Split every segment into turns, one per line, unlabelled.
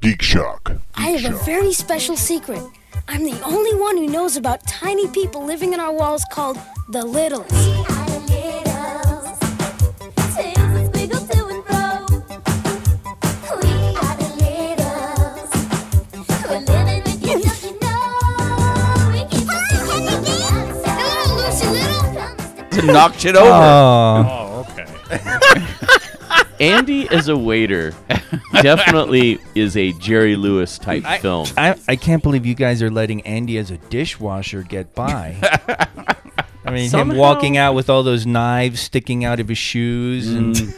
Geek Shock.
I have a very special secret. I'm the only one who knows about tiny people living in our walls called the Littles.
to knock shit over.
Oh,
Oh, okay.
Andy as a waiter definitely is a Jerry Lewis type film.
I, I can't believe you guys are letting Andy as a dishwasher get by. I mean,
Somehow-
him walking out with all those knives sticking out of his shoes and
Mm.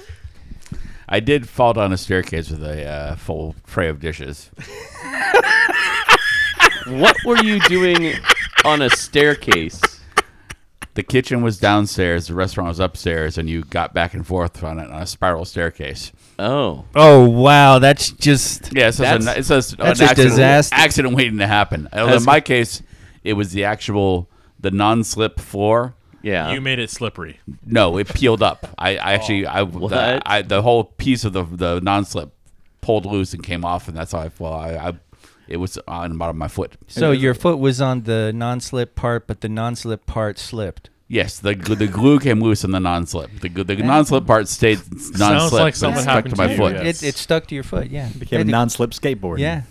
I did fall down a staircase with a uh, full tray of dishes.
what were you doing on a staircase?
The kitchen was downstairs, the restaurant was upstairs, and you got back and forth on a, on a spiral staircase.
Oh,
oh wow, that's just
Yeah, so it's, a, it's a,
That's
an
a
accident,
disaster.
accident waiting to happen. Although in
That's-
my case, it was the actual the non-slip floor.
yeah.
You made it slippery.
No, it peeled up. I,
Oh.
I actually I the,
What?
I the whole piece of the the non-slip pulled loose and came off, and that's how I well I, I it was on the bottom of my foot.
So your foot was on the non-slip part, but the non-slip part slipped.
Yes, the gl- the glue came loose in the non-slip. The gl- the non-slip part stayed non-slip,
like
but
something
it stuck
happened
to
to
my
you,
foot.
yeah.
It, it stuck to your foot, yeah.
Became a
It-
non-slip skateboard.
Yeah,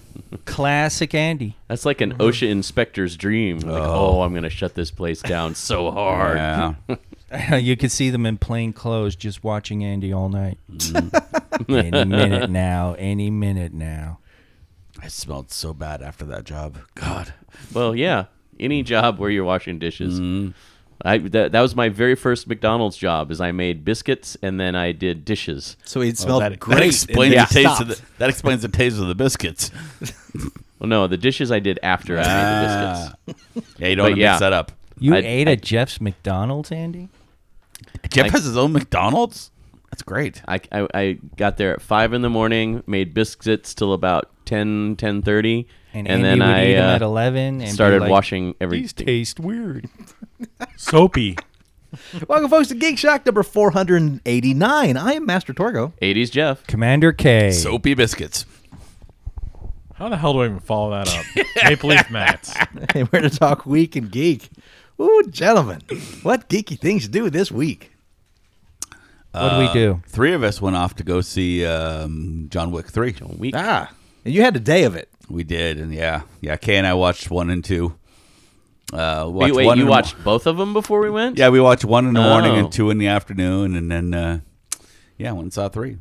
classic Andy.
That's like
Mhm.
an OSHA inspector's dream. Like, oh, I'm gonna shut this place down so hard.
Yeah.
you could see them in plain clothes just watching Andy all night.
Mm-hmm.
any minute now. Any minute now.
I smelled so bad after that job. God.
Well, yeah. Any job where you're washing dishes. I that, that was my very first McDonald's job. Is I made biscuits and then I did dishes.
So it smelled
that- that
great.
That
and
explains
then
the taste
stopped.
of the, that explains the taste of the biscuits.
Well, no, the dishes I did after I made the biscuits.
Yeah, you don't want to
yeah.
mix that up.
You
I-
ate at Jeff's McDonald's, Andy?
Jeff
I-
has his own McDonald's. That's great.
I, I, I got there at five in the morning, made biscuits till about 10, 10.30,
And,
and,
Andy
then
would
I
eat them at
uh,
11 and
started
be like,
washing everything.
taste weird.
Soapy.
Welcome, folks, to Geek Shock number 489. I am Master Torgo.
80s Jeff.
Commander K.
Soapy biscuits.
How the hell do I even follow that up? Maple Leaf Mats.
and we're to talk week and geek. Ooh, gentlemen, what geeky things to do this week?
what do we do?
Three of us went off to go see um, John Wick Three.
Week.
Ah, and you had a day of it.
We did, and yeah, yeah. Kay and I watched one and two. Uh,
Wait,
watched
wait,
one
you
in the-
watched both of them before we went?
Yeah, we watched one in the morning
Oh.
and two in the afternoon, and then uh, yeah, went and saw three.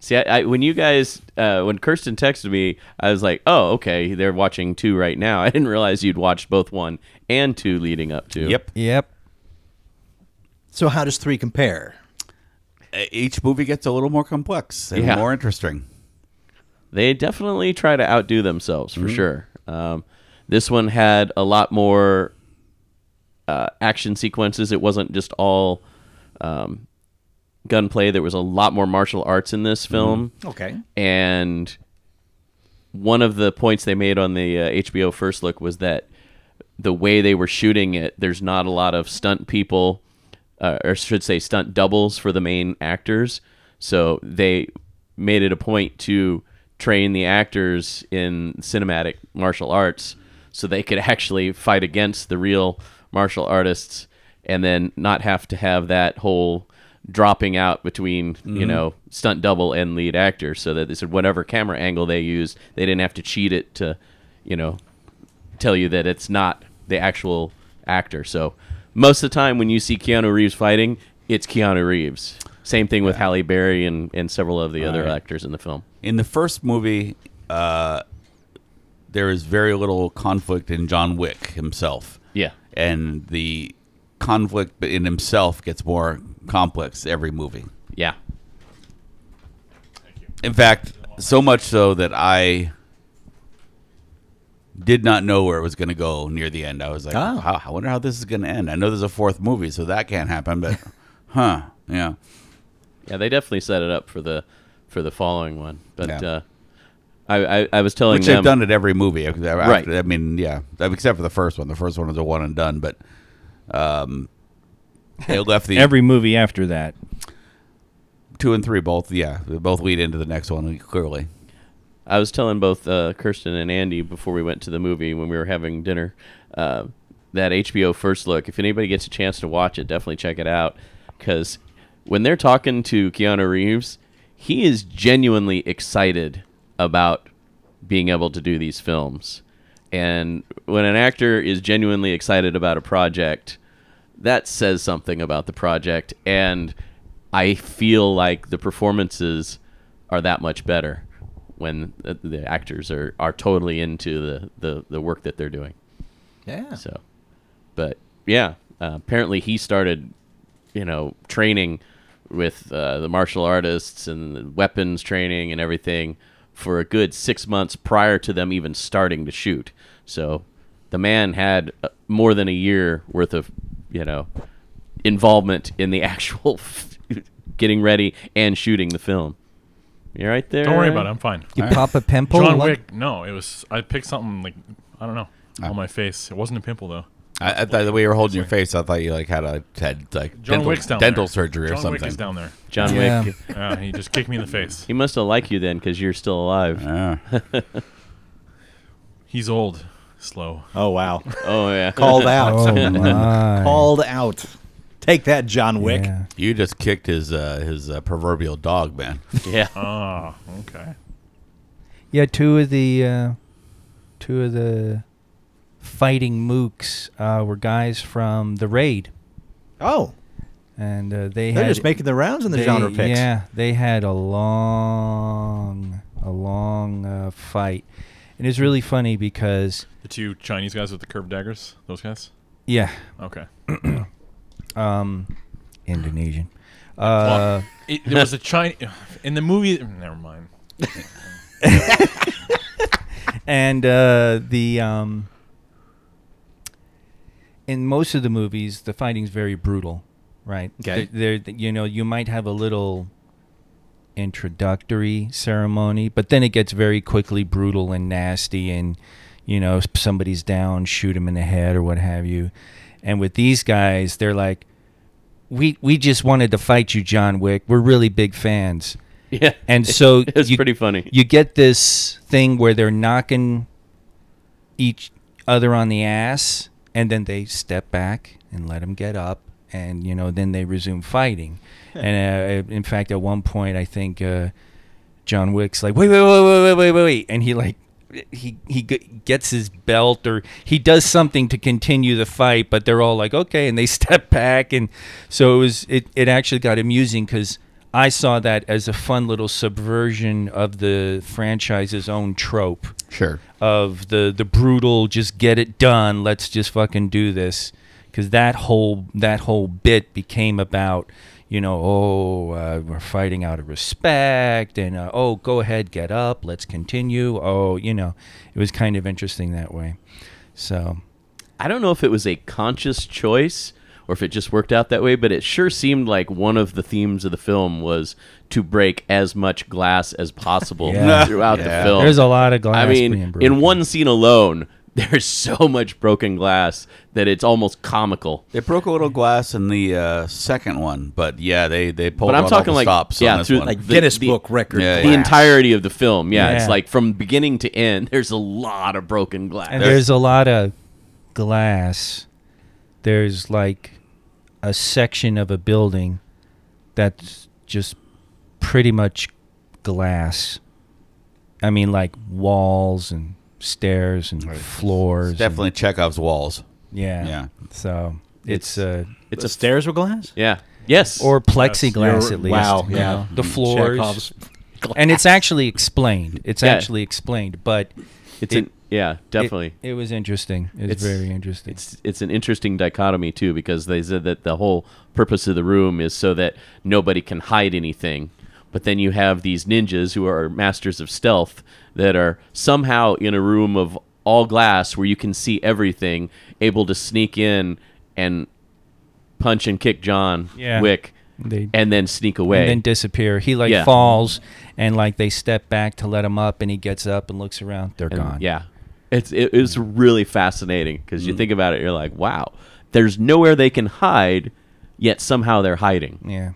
See, I, I, when you guys, uh, when Kirsten texted me, I was like, oh, okay, they're watching two right now. I didn't realize you'd watched both one and two leading up to.
Yep.
Yep.
So how does three compare?
E- Each movie gets a little more complex and
Yeah.
more interesting.
They definitely try to outdo themselves for sure. Um, this one had a lot more uh, action sequences. It wasn't just all um, gunplay. There was a lot more martial arts in this film.
Okay.
And one of the points they made on the uh, HBO first look was that the way they were shooting it, there's not a lot of stunt people, uh, or should say stunt doubles for the main actors. So they made it a point to train the actors in cinematic martial arts so they could actually fight against the real martial artists and then not have to have that whole dropping out between you know stunt double and lead actor so that they said whatever camera angle they used they didn't have to cheat it to you know tell you that it's not the actual actor. So most of the time when you see Keanu Reeves fighting, it's Keanu Reeves. Same thing with Halle Berry and, and several of the other actors in the film.
In the first movie, uh, there is very little conflict in John Wick himself.
Yeah.
and the conflict in himself gets more complex every movie.
Yeah.
In fact, so much so that I did not know where it was going to go near the end. I was like,
Oh.
"How- I wonder how this is going to end. I know there's a fourth movie, so that can't happen, but huh, yeah.
Yeah, they definitely set it up for the for the following one. But
Yeah.
uh, I, I I was telling
Which
them
they've done at every movie. After,
Right.
I mean, yeah, except for the first one. The first one was a one and done, but um, they left the
Every movie after that.
two and three both, yeah, they both lead into the next one, clearly.
I was telling both uh, Kirsten and Andy before we went to the movie when we were having dinner uh, that HBO First Look. If anybody gets a chance to watch it, definitely check it out because when they're talking to Keanu Reeves, he is genuinely excited about being able to do these films. And when an actor is genuinely excited about a project, that says something about the project and i feel like the performances are that much better when the, the actors are, are totally into the, the, the work that they're doing
Yeah.
so but yeah uh, apparently he started you know training with uh, the martial artists and the weapons training and everything for a good six months prior to them even starting to shoot so the man had uh, more than a year worth of you know involvement in the actual getting ready and shooting the film you right there
Don't worry about it. I'm fine.
You pop a pimple.
John
like-
Wick. No, it was. I picked something like I don't know
Ah.
on my face. It wasn't a pimple though.
I, I thought the way you were holding your face, I thought you like had a had like
John
dental,
Wick's down
dental
there.
surgery
John
or something.
Wick is down there.
john
Yeah.
wick
Yeah, he just kicked me in the face.
he must have liked you then because you're still alive
Uh-huh.
Yeah.
He's old, slow.
Oh wow,
oh yeah
called out,
Oh my.
called out. Take that, John Wick.
Yeah.
You just kicked his uh, his uh, proverbial dog, man.
yeah
Oh, okay.
Yeah, two of the uh, two of the fighting mooks uh, were guys from the raid,
Oh,
and uh, they
they're
had
just making the rounds in the
they-
genre picks.
Yeah, they had a long, a long uh, fight, and it's really funny because
The two Chinese guys with the curved daggers. Those guys.
yeah,
Okay.
um, Indonesian. Uh,
It, there was a Chinese in the movie. Never mind.
and uh, the um, in most of the movies, the fighting's very brutal, right?
Okay.
There, there- you know, you might have a little introductory ceremony, but then it gets very quickly brutal and nasty, and you know, if somebody's down, shoot him in the head or what have you. And with these guys, they're like, we we just wanted to fight you, John Wick. We're really big fans.
yeah
And so
it's
you-
pretty funny
you get this thing where they're knocking each other on the ass and then they step back and let them get up and you know then they resume fighting and uh, in fact at one point i think uh, john wick's like wait wait wait wait wait wait wait wait and he like he he g- gets his belt or he does something to continue the fight but they're all like okay and they step back and so it was it, it actually got amusing because i saw that as a fun little subversion of the franchise's own trope
Sure.
of the the brutal just get it done let's just fucking do this because that whole that whole bit became about you know oh uh, we're fighting out of respect and uh, oh go ahead get up let's continue oh you know it was kind of interesting that way so
I don't know if it was a conscious choice or if it just worked out that way, but it sure seemed like one of the themes of the film was to break as much glass as possible
Yeah.
throughout
Yeah.
the film.
there's a lot of glass
I
being
mean,
broken.
in one scene alone, there's so much broken glass that it's almost comical.
They broke a little glass in the uh, second one, but yeah, they they pulled
But
out
I'm
all
talking
the
like
stops on
yeah,
this
through
one.
like the,
Guinness
the-
Book record.
Yeah,
The
yeah.
entirety of the film, yeah,
Yeah.
it's like from beginning to end. There's a lot of broken glass.
and there's a lot of glass there's like a section of a building that's just pretty much glass i mean like walls and stairs and floors and-
definitely Chekhov's walls.
yeah
yeah.
so it's, uh
It's the stairs with glass.
yeah, yes,
or plexiglass
You're-
at least
wow,
you
yeah.
know,
Mm-hmm.
the floors
Chekhov's
and it's actually explained it's
Yeah.
actually explained but
it's
it-
an, yeah,
it-
definitely.
it, was interesting it was
It's-
very interesting
it's it's an interesting dichotomy too because they said that the whole purpose of the room is so that nobody can hide anything but then you have these ninjas who are masters of stealth that are somehow in a room of all glass where you can see everything able to sneak in and punch and kick John
Yeah.
Wick
they
and then sneak away
and then disappear. He like
Yeah.
falls and like they step back to let him up, and he gets up and looks around. They're
And,
gone.
Yeah, it's it, it's really fascinating because you
Mm.
think about it, you're like, wow, there's nowhere they can hide, yet somehow they're hiding.
yeah.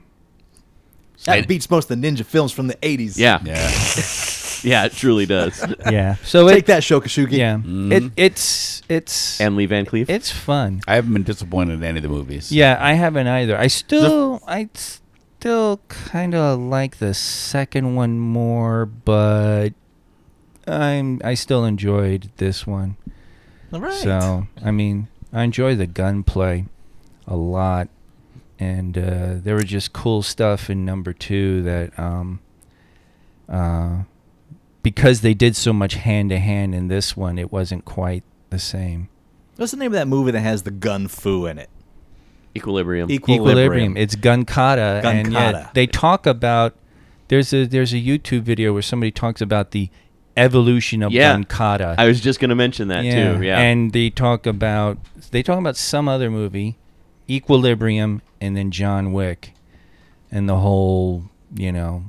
That beats most of the ninja films from the 80s.
Yeah,
Yeah,
yeah, it truly does.
yeah. So
Take
it,
that, Shokasugi.
yeah, it it's it's
Mm-hmm. and Lee Van Cleef.
it's fun.
I haven't been disappointed in any of the movies.
Yeah, I haven't either. I still I still kind of like the second one more, but I'm I still enjoyed this one.
All right.
So I mean, I enjoy the gunplay a lot, and uh, there was just cool stuff in number two that, um, uh, because they did so much hand to hand in this one, it wasn't quite the same.
What's the name of that movie that has the gun foo in it?
Equilibrium.
Equilibrium.
It's gun kata, and
Gunkata.
yet they talk about. There's a there's a YouTube video where somebody talks about the evolution of
Yeah.
gun kata.
I was just going to mention that too. Yeah.
And they talk about they talk about some other movie, Equilibrium, and then John Wick, and the whole you know.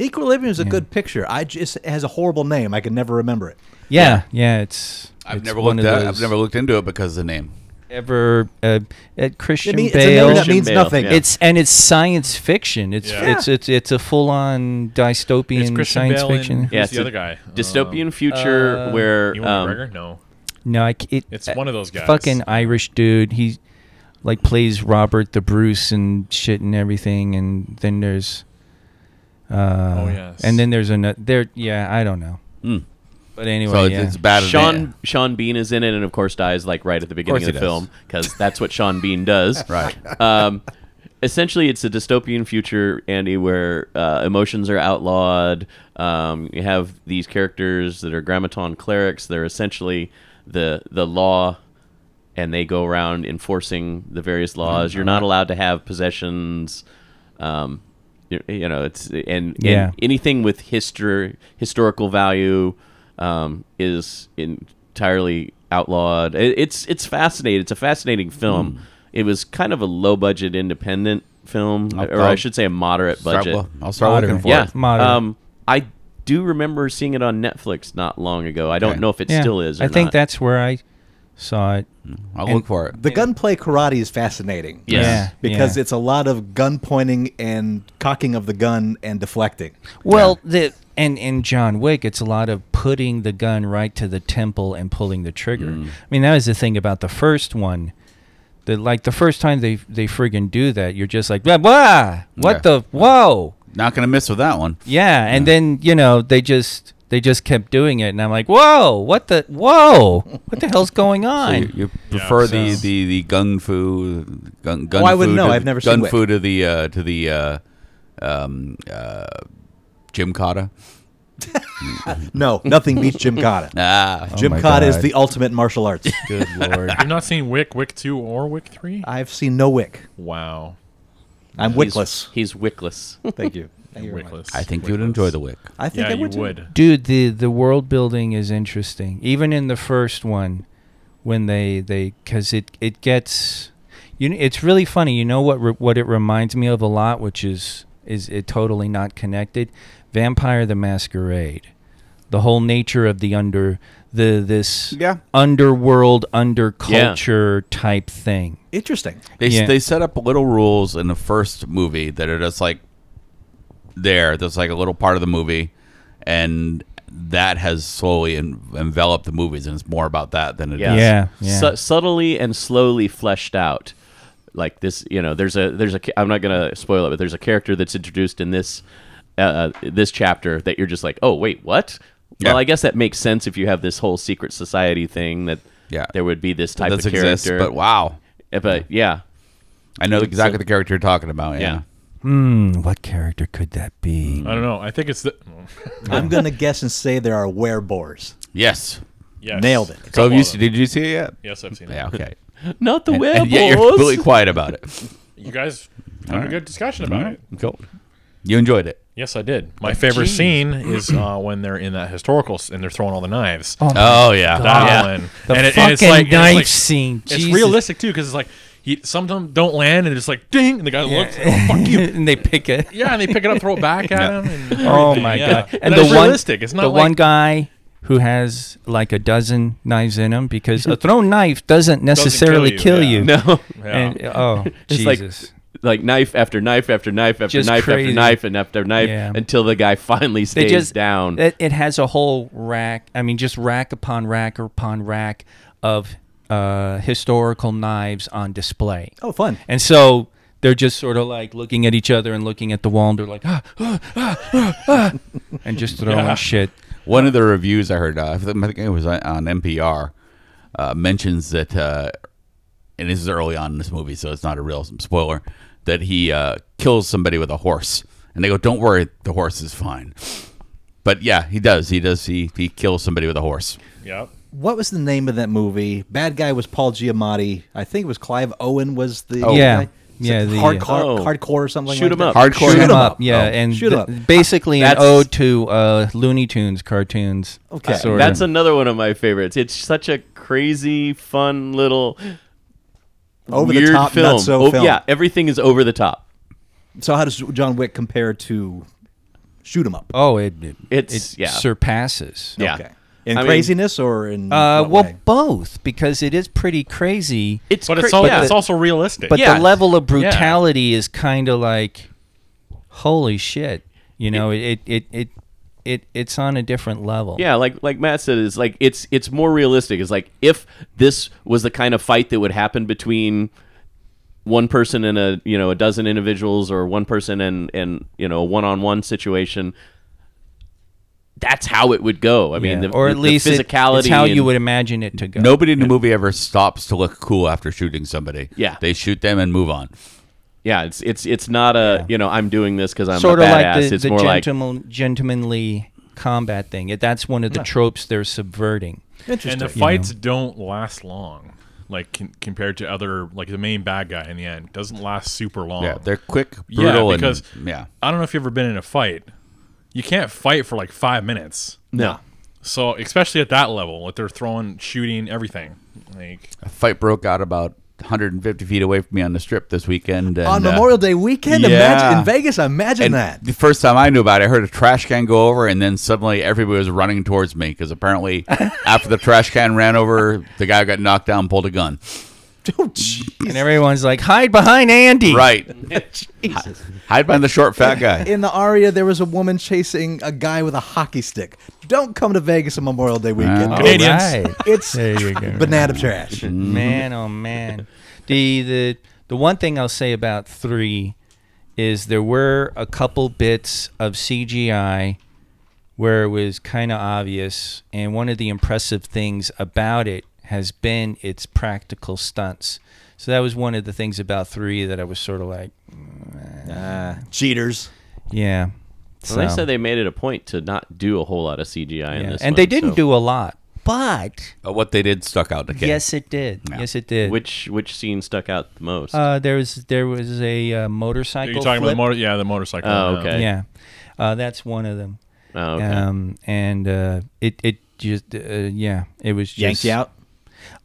Equilibrium is a
Yeah.
good picture. I just it has a horrible name. I can never remember it.
Yeah, yeah. it's
I've
it's
never
one
looked
of
at, I've
those
never looked into it because of the name.
ever uh, at
It
Christian
mean- it's a
Bale.
name that
Christian
means
Bale,
nothing.
yeah.
It's and it's science fiction. It's
Yeah.
it's it's it's a full on dystopian
It's Christian
science
Bale and-
fiction.
Who's
yeah, it's
the
a
other guy?
Dystopian
Um,
future
uh,
where
Ewan
um,
McGregor? No.
No, I, c- it,
It's
uh,
one of those guys.
Fucking Irish dude. He like plays Robert the Bruce and shit and everything. And then there's. Uh,
Oh, yes.
And then there's another. There, yeah, I don't know.
Mm.
But anyway,
so
yeah.
it's, it's bad. as
Sean
that.
Sean Bean is in it, and of course dies like right at the beginning
course
of,
he
the
does.
film because that's what Sean Bean does.
Right.
Um, essentially, it's a dystopian future, Andy, where uh, emotions are outlawed. Um, you have these characters that are grammaton clerics. They're essentially the the law, and they go around enforcing the various
Mm-hmm.
laws. You're not allowed to have possessions. Um, you you know, it's and, and
Yeah.
anything with history historical value um, is entirely outlawed. It, it's it's fascinating. It's a fascinating film.
Mm.
It was kind of a low budget independent film,
I'll-
or I
I'll
should say a moderate
Start
budget.
lo- I'll start looking
Moderate.
for
yeah,
it.
Moderate.
Um, I do remember seeing it on Netflix not long ago. I don't
Okay.
know if it
Yeah.
still is. Or
I think
not.
that's where I saw it.
I'll
And-
look for it.
The gunplay karate is fascinating.
Yes.
Yeah,
Because
yeah.
it's a lot of gun pointing and cocking of the gun and deflecting.
well the and in John Wick, it's a lot of putting the gun right to the temple and pulling the trigger.
Mm.
I mean, that was the thing about the first one. That like the first time they they friggin' do that, you're just like, blah, blah, what
Yeah.
the whoa.
Not gonna miss with that one.
Yeah, and then you know they just they just kept doing it, and I'm like, whoa, what the whoa, what the hell's going
So
on?
you, you prefer the,
so-
the the gun fu gun gun
Oh, I wouldn't
fu
know.
to-
I've never seen
gun
Wick.
fu to the uh, to the uh, um, uh, Jim Cotta.
No, nothing beats Jim Cotta.
Oh
Ah,
Jim
Oh my
Cotta is
God.
the ultimate martial arts.
Good lord,
You've not seen Wick, Wick 2, or Wick 3?
Uh,
I've seen no wick.
Wow.
I'm
He's-
wickless.
He's wickless.
Thank you. Thank you very much.
Wickless.
I think you would enjoy the Wick.
I think
Yeah,
I
you
would. too.
would.
dude, the the world building is interesting, even in the first one, when they they because it it gets, you know, it's really funny. You know what re- what it reminds me of a lot, which is is it totally not connected, Vampire the Masquerade, the whole nature of the under the this
Yeah.
underworld underculture type thing.
Interesting.
They
Yeah.
they set up little rules in the first movie that are just like there. That's like a little part of the movie, and that has slowly en- enveloped the movies, and it's more about that than it is.
Yeah.
Yeah, yeah.
Su- subtly and slowly fleshed out. Like this, you know, there's a there's a ca- I'm not gonna spoil it, but there's a character that's introduced in this uh, this chapter that you're just like, oh wait, what?
Yeah.
Well, I guess that makes sense if you have this whole secret society thing that
Yeah.
there would be this type
That
of character.
exists, but wow,
Uh, but yeah,
I know exactly the character you're talking about. Yeah.
Yeah.
Hmm, what character could that be?
I don't know. I think it's the.
I'm going to guess and say there are werebores.
Yes.
Yes.
Nailed it.
A
So
couple
have you
of
se-
them.
did you see it yet?
Yes, I've seen it.
Yeah. Okay.
not the
And,
werewolves.
and yet you're completely quiet about it.
You guys had
All
a
right.
good discussion about it.
Cool. You enjoyed it.
Yes, I did. My favorite scene is uh, when they're in that historical s- and they're throwing all the knives. Oh,
Oh yeah.
that
yeah.
one.
The
and, it-
fucking
and it's like,
knife
it's like-
scene.
It's
Jesus.
realistic too, because it's like he some of them don't land, and it's like ding, and the guy looks, oh, fuck you.
and they pick it.
Yeah, and they pick it up, throw it back at him. And
Oh
everything,
my
yeah.
god!
And, it's realistic. It's not
the
like,
one guy who has like a dozen knives in him because a thrown knife doesn't necessarily
kill you,
kill you.
yeah.
No,
Yeah.
And, oh
It's
Jesus!
like like knife after knife after knife after
Just
knife
crazy.
after knife and after knife
Yeah.
until the guy finally
They
stays
just
down.
It, it has a whole rack. I mean, just rack upon rack upon rack of uh, historical knives on display.
Oh, fun.
And so they're just sort of like looking at each other and looking at the wall, and they're like, ah, ah, ah, ah, ah," and just throwing shit.
One of the reviews I heard, uh, I think it was on on NPR, uh, mentions that, uh, and this is early on in this movie, so it's not a real spoiler, that he uh, kills somebody with a horse. And they go, don't worry, the horse is fine. But yeah, he does. He does. He, he kills somebody with a horse.
Yep.
What was the name of that movie? Bad guy was Paul Giamatti. I think it was Clive Owen was the
Oh. Yeah.
guy. It's
Yeah,
like
the- uh,
hardcore,
Oh.
hardcore or something.
Shoot
like
'em
that.
up.
Hardcore.
Shoot 'em
him
up,
up.
yeah,
Oh,
and
shoot 'em
th-
up.
basically an
That's-
ode to uh, Looney Tunes cartoons.
Okay.
sorta.
That's another one of my favorites. It's such a crazy, fun little
Over
weird
the top,
film.
not so
Oh,
film.
Yeah, everything is over the top.
So how does John Wick compare to Shoot 'em up?
oh, it it,
It's-
it
yeah.
surpasses.
Yeah.
Okay. In
I mean-
craziness or in
Uh,
what
well,
way?
both because it is pretty crazy.
It's
But
cra-
it's all
yeah,
it's also realistic.
but
Yeah.
the level of brutality is kind of like holy shit you know it it, it it it it's on a different level
Yeah, like like Matt said, it's like it's it's more realistic. It's like if this was the kind of fight that would happen between one person and a you know a dozen individuals, or one person and and you know a one on one situation. That's how it would go. I mean,
Yeah.
the,
or at
the
least it-
physicality.
it's how you
and-
would imagine it to go
Nobody in the movie ever stops to look cool after shooting somebody.
Yeah.
They shoot them and move on.
Yeah, it's it's it's not a you know I'm doing this because I'm
sort
a
of
badass.
like the,
it's
the
more like
gentleman, gentlemanly combat thing It- that's one of the tropes they're subverting
and the fights don't last long. Like con- compared to other, like the main bad guy in the end doesn't last super long.
Yeah. They're quick,
Yeah,
brutal,
because
and yeah.
I don't know if you've ever been in a fight. You can't fight for like five minutes.
no.
So especially at that level, like they're throwing, shooting, everything. Like
A fight broke out about 150 feet away from me on the strip this weekend. And,
on
uh,
Memorial Day weekend. Imagine
yeah.
in Vegas. Imagine
And
that.
the first time I knew about it, I heard a trash can go over, and then suddenly everybody was running towards me because apparently, after the trash can ran over, the guy got knocked down, pulled a gun.
Oh,
and everyone's like hide behind andy
Right, hide behind the short fat guy.
In the Aria, there was a woman chasing a guy with a hockey stick. Don't come to Vegas on Memorial Day
All
weekend.
Oh.
Canadians.
right.
It's
There you go.
banana trash.
man oh man the the the one thing i'll say about three is there were a couple bits of cgi where it was kind of obvious and one of the impressive things about it has been its practical stunts so that was one of the things about three that i was sort of like
Cheaters.
yeah so,
Well, they said they made it a point to not do a whole lot of CGI in
yeah.
this,
and
one,
they didn't
so-
do a lot but
But what they did stuck out to Ken.
yes it did yes it did
which which scene stuck out the most.
uh, there was there was a uh,
are
motorcycle
you talking about the
flip.
motor? Yeah, the motorcycle.
Oh,
yeah.
okay.
Yeah, uh, that's one of them.
oh, okay.
Um, and uh, it it just uh, yeah, it was just,
Yanked you out.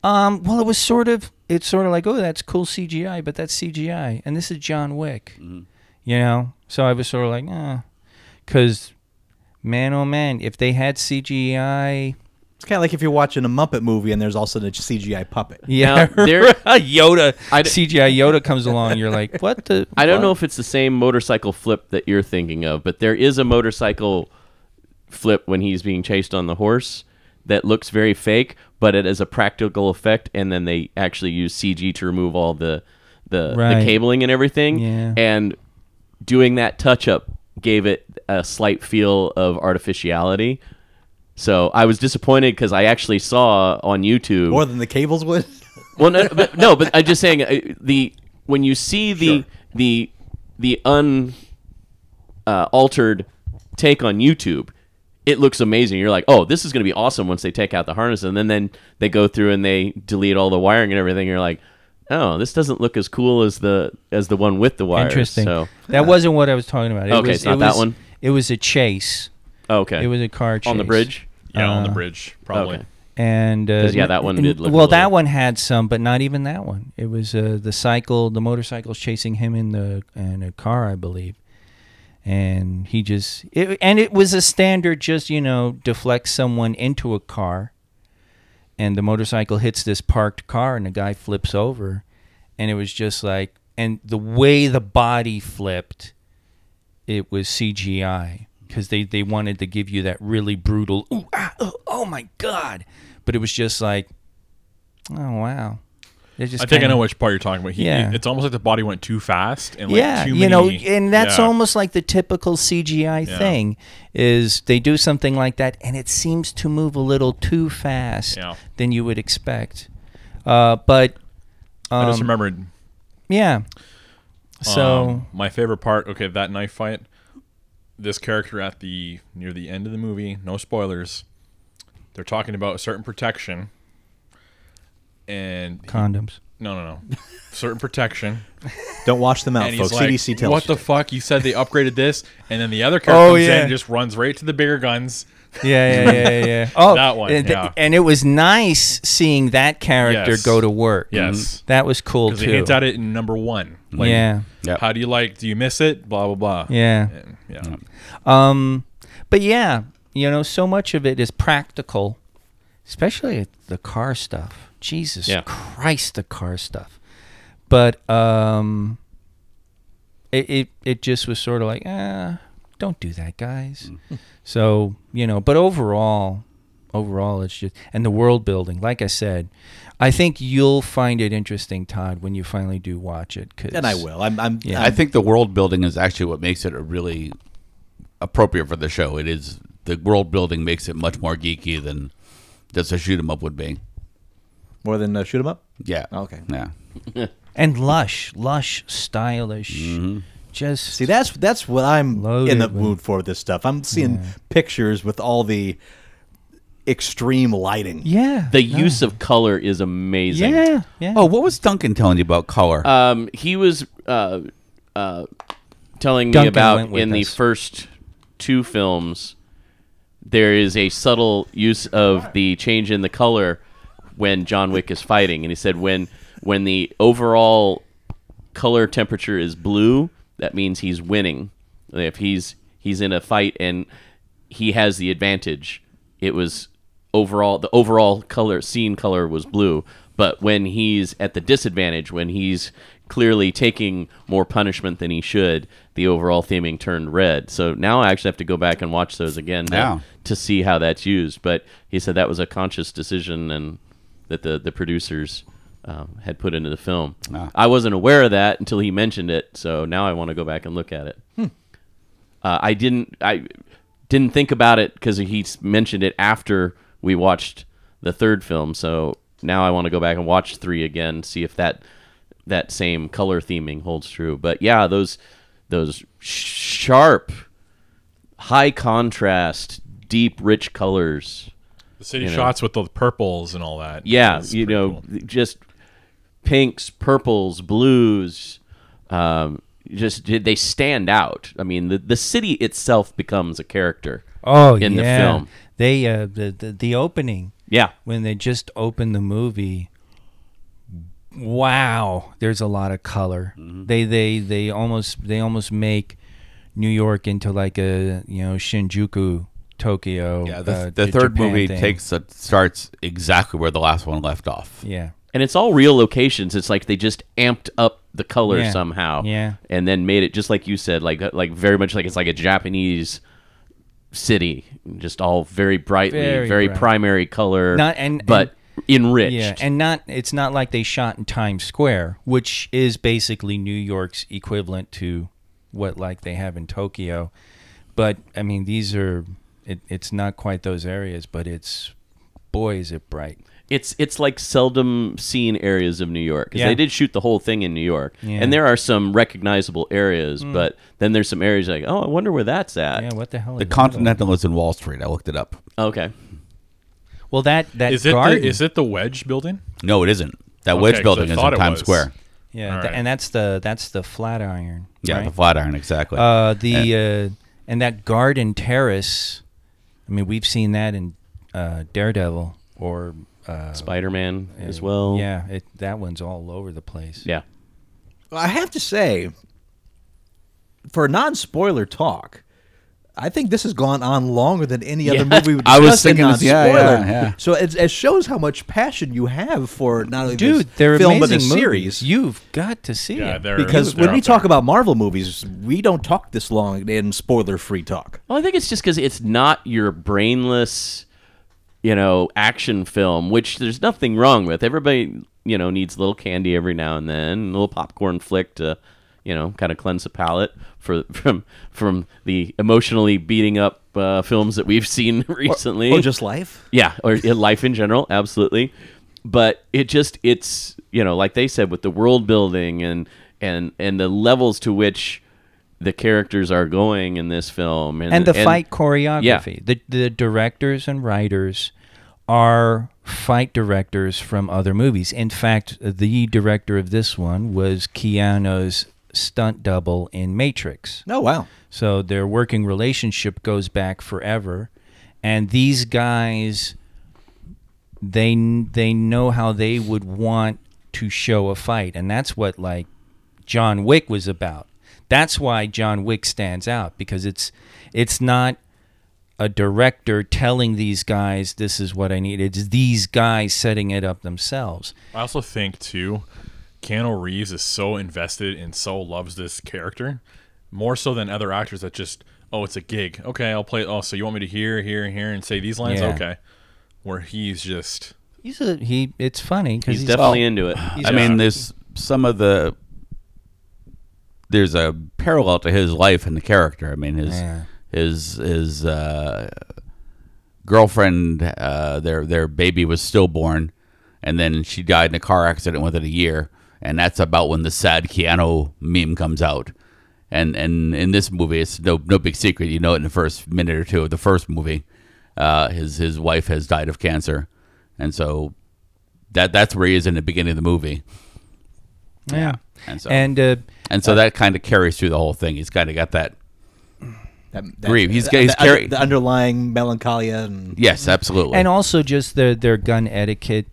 Um, well, it was sort of it's sort of like oh that's cool CGI, but that's CGI, and this is John Wick,
Mm-hmm.
you know. So I was sort of like ah, because man oh man, if they had CGI,
It's kind of like if you're watching a Muppet movie and there's also a CGI puppet.
yeah,
Now, there-
Yoda
I d-
CGI Yoda comes along, and you're like what the
I don't know if it's the same motorcycle flip that you're thinking of, but there is a motorcycle flip when he's being chased on the horse that looks very fake, but it is a practical effect, and then they actually use CG to remove all the the,
Right.
the cabling and everything.
Yeah.
And doing that touch up gave it a slight feel of artificiality. So I was disappointed because I actually saw on YouTube
More than the cables would.
well, no, but, no, but I'm just saying uh, the when you see the the the un uh, altered take on YouTube, it looks amazing. You're like, oh, this is going to be awesome once they take out the harness, and then then they go through and they delete all the wiring and everything. You're like, oh, this doesn't look as cool as the as the one with the wires.
interesting.
So
That wasn't what I was talking about. It
Okay,
was,
it's not
it
that
was-
one?
It was a chase.
oh, okay,
It was a car chase
on the bridge.
Yeah, on the
Uh,
bridge, probably.
Okay.
and uh,
'Cause, yeah, that one
n-
did look
well,
a
that
little-
one had some, but not even that one. It was uh, the cycle, the motorcycles chasing him in the in a car, I believe, and he just it, and it was a standard, just you know, deflect someone into a car, and the motorcycle hits this parked car, and the guy flips over, and it was just like and the way the body flipped, it was CGI because they they wanted to give you that really brutal. Ooh, ah, oh, oh my god! But it was just like, oh wow. They're Just
I think I
kinda-
know which part you're talking about. He,
Yeah.
it's almost like the body went too fast and like
yeah,
too
you know,
many-
and that's
yeah.
almost like the typical CGI
Yeah.
thing is they do something like that, and it seems to move a little too fast
Yeah.
than you would expect. Uh, but
I
um,
just remembered.
yeah, so
um, my favorite part. Okay, that knife fight. This character at the near the end of the movie. No spoilers. They're talking about a certain protection. And he-
condoms.
no, no, no, certain protection.
Don't wash them out,
And he's
folks.
like,
CDC tells
"What
you.
the fuck? You said they upgraded this, and then the other character
Oh,
comes in
yeah.
and just runs right to the bigger guns."
Yeah, yeah, yeah, yeah. Oh,
That one,
And,
yeah.
and it was nice seeing that character
Yes.
go to work.
Yes.
that was cool
Because
too.
they hint at it in number one. Like,
yeah,
Yep.
How do you like? Do you miss it? Blah blah blah.
yeah.
And, yeah.
Um, but yeah, you know, so much of it is practical, especially the car stuff. Jesus
Yeah.
Christ, the car stuff. But um, it it, it just was sort of like, ah, don't do that, guys.
Mm.
so you know, but overall, overall, it's just and the world building. Like I said, I think you'll find it interesting, Todd, when you finally do watch it. Cause,
and I will. I'm. I'm
Yeah.
I think the world building is actually what makes it a really appropriate for the show. It is the world building makes it much more geeky than just a shoot 'em up would be.
more than uh, shoot 'em up.
Yeah.
Okay.
Yeah.
And lush, lush, stylish, just
Mm-hmm. See, that's that's what I'm in
Loaded
the
with-
mood for with this stuff. I'm seeing pictures with all the extreme lighting.
Yeah.
The use of color is amazing.
Ah. Yeah. Yeah.
Oh, what was Duncan telling you about color?
Um, he was uh, uh, telling me
Duncan went
about
with
in the
us.
first two films, there is a subtle use of the change in the color when John Wick is fighting, and he said when when the overall color temperature is blue, that means he's winning. If he's he's in a fight and he has the advantage, it was overall the overall color scene color was blue. But when he's at the disadvantage, when he's clearly taking more punishment than he should, the overall theming turned red. So now I actually have to go back and watch those again to-
Yeah.
to see how that's used. But he said that was a conscious decision and that the the producers um, had put into the film. I wasn't aware of that until he mentioned it, so now I want to go back and look at it. Uh, I didn't I didn't think about it because he s- mentioned it after we watched the third film. So now I want to go back and watch three again, see if that that same color theming holds true. But yeah, those those sh- sharp, high contrast, deep, rich colors.
The city
You know.
shots with the purples and all that.
Yeah,
is
you
pretty
know,
cool.
just pinks, purples, blues. Um, just they stand out. I mean, the the city itself becomes a character.
Oh,
in the
yeah.
film.
They uh the, the the opening
Yeah,
when they just opened the movie. Wow, there's a lot of color.
Mm-hmm.
They they they almost they almost make New York into like a you know Shinjuku, Tokyo.
yeah, the,
uh,
the
J-
third
Japan
movie
thing.
takes a, starts exactly where the last one left off.
Yeah.
and it's all real locations. It's like they just amped up the color
Yeah.
somehow.
Yeah.
and then made it just like you said, like like very much like it's like a Japanese city, just all very brightly,
Very
very,
bright.
primary color.
Not- and-
but enriched.
Yeah, and not it's not like they shot in Times Square, which is basically New York's equivalent to what like they have in Tokyo. But I mean, these are it, it's not quite those areas, but it's boy is it bright.
it's it's like seldom seen areas of New York. 'Cause
Yeah.
They did shoot the whole thing in New York,
Yeah. Mm.
and there are some recognizable areas, but then there's some areas like, oh, I wonder where that's at.
Yeah, what the hell?
The
is that?
Continental is in Wall Street. I looked it up.
Okay,
Well, that that
Is it
garden.
the, is it the wedge building?
No, it isn't. That
Okay,
wedge
'cause I
building is in
thought it
Times
was.
Square.
yeah,
all
th-
right.
and that's the that's the Flatiron.
Yeah,
right?
the Flatiron, exactly.
Uh, the uh, and that garden terrace. I mean, we've seen that in uh, Daredevil or uh,
Spider Man as
Oh.
well.
Yeah, it, that one's all over the place.
yeah.
Well, I have to say, for non spoiler talk,
I think this has gone on longer than any other
Yeah.
movie. We've
I was
discussed in
thinking this- yeah,
non-spoiler.
yeah, yeah.
So it, it shows how much passion you have for not only
Dude,
this
they're
film but
amazing
this
movies.
series.
You've got to see
Yeah,
it.
they're
because
they're
when we
out there.
talk about Marvel movies, we don't talk this long in spoiler-free talk.
Well, I think it's just because it's not your brainless, you know, action film, which there's nothing wrong with. Everybody, you know, needs a little candy every now and then, a little popcorn flick to, you know, kind of cleanse the palate for from from the emotionally beating up uh, films that we've seen recently.
Or Oh, just life.
Yeah, or in life in general, absolutely. But it just it's you know like they said with the world building and and and the levels to which the characters are going in this film and,
and the fight choreography.
Yeah.
The the directors and writers are fight directors from other movies. In fact, the director of this one was Keanu's stunt double in Matrix.
Oh wow.
So their working relationship goes back forever, and these guys, they they know how they would want to show a fight, and that's what like John Wick was about. That's why John Wick stands out because it's it's not a director telling these guys this is what I need. It's these guys setting it up themselves.
I also think too, Keanu Reeves is so invested and so loves this character, more so than other actors that just oh it's a gig. Okay, I'll play. Oh, so you want me to hear, here, and here and say these lines?
Yeah.
Okay, where he's just
He's a, he. It's funny because
he's, definitely into it.
I mean, there's some of the there's a parallel to his life and the character. I mean, his
Yeah.
his his uh, girlfriend, uh, their their baby was stillborn, and then she died in a car accident within a year, and that's about when the sad Keanu meme comes out. And and in this movie, it's no no big secret. You know it in the first minute or two of the first movie. Uh, his his wife has died of cancer, and so that that's where he is in the beginning of the movie.
yeah.
And so and,
And uh,
so that kind of carries through the whole thing. He's kind of got that.
That,
Grieve. He's-
the-
he's
the,
carry-
the underlying melancholia and
Yes, absolutely.
and also just their their gun etiquette.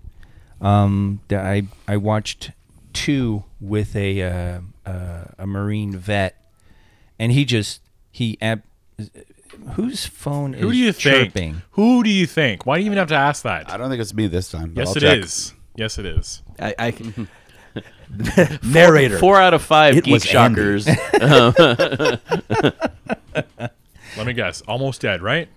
Um, that I I watched two with a uh, uh, a Marine vet, and he just he ab- whose phone
who
is
do you think?
chirping?
Who do you think? Why do you even have to ask that?
I don't think it's me this time.
yes,
it
it
is.
is. Yes, it is.
I, I narrator.
Four out of five
It
geek
was Andy.
shockers.
Let me guess. Almost dead, right?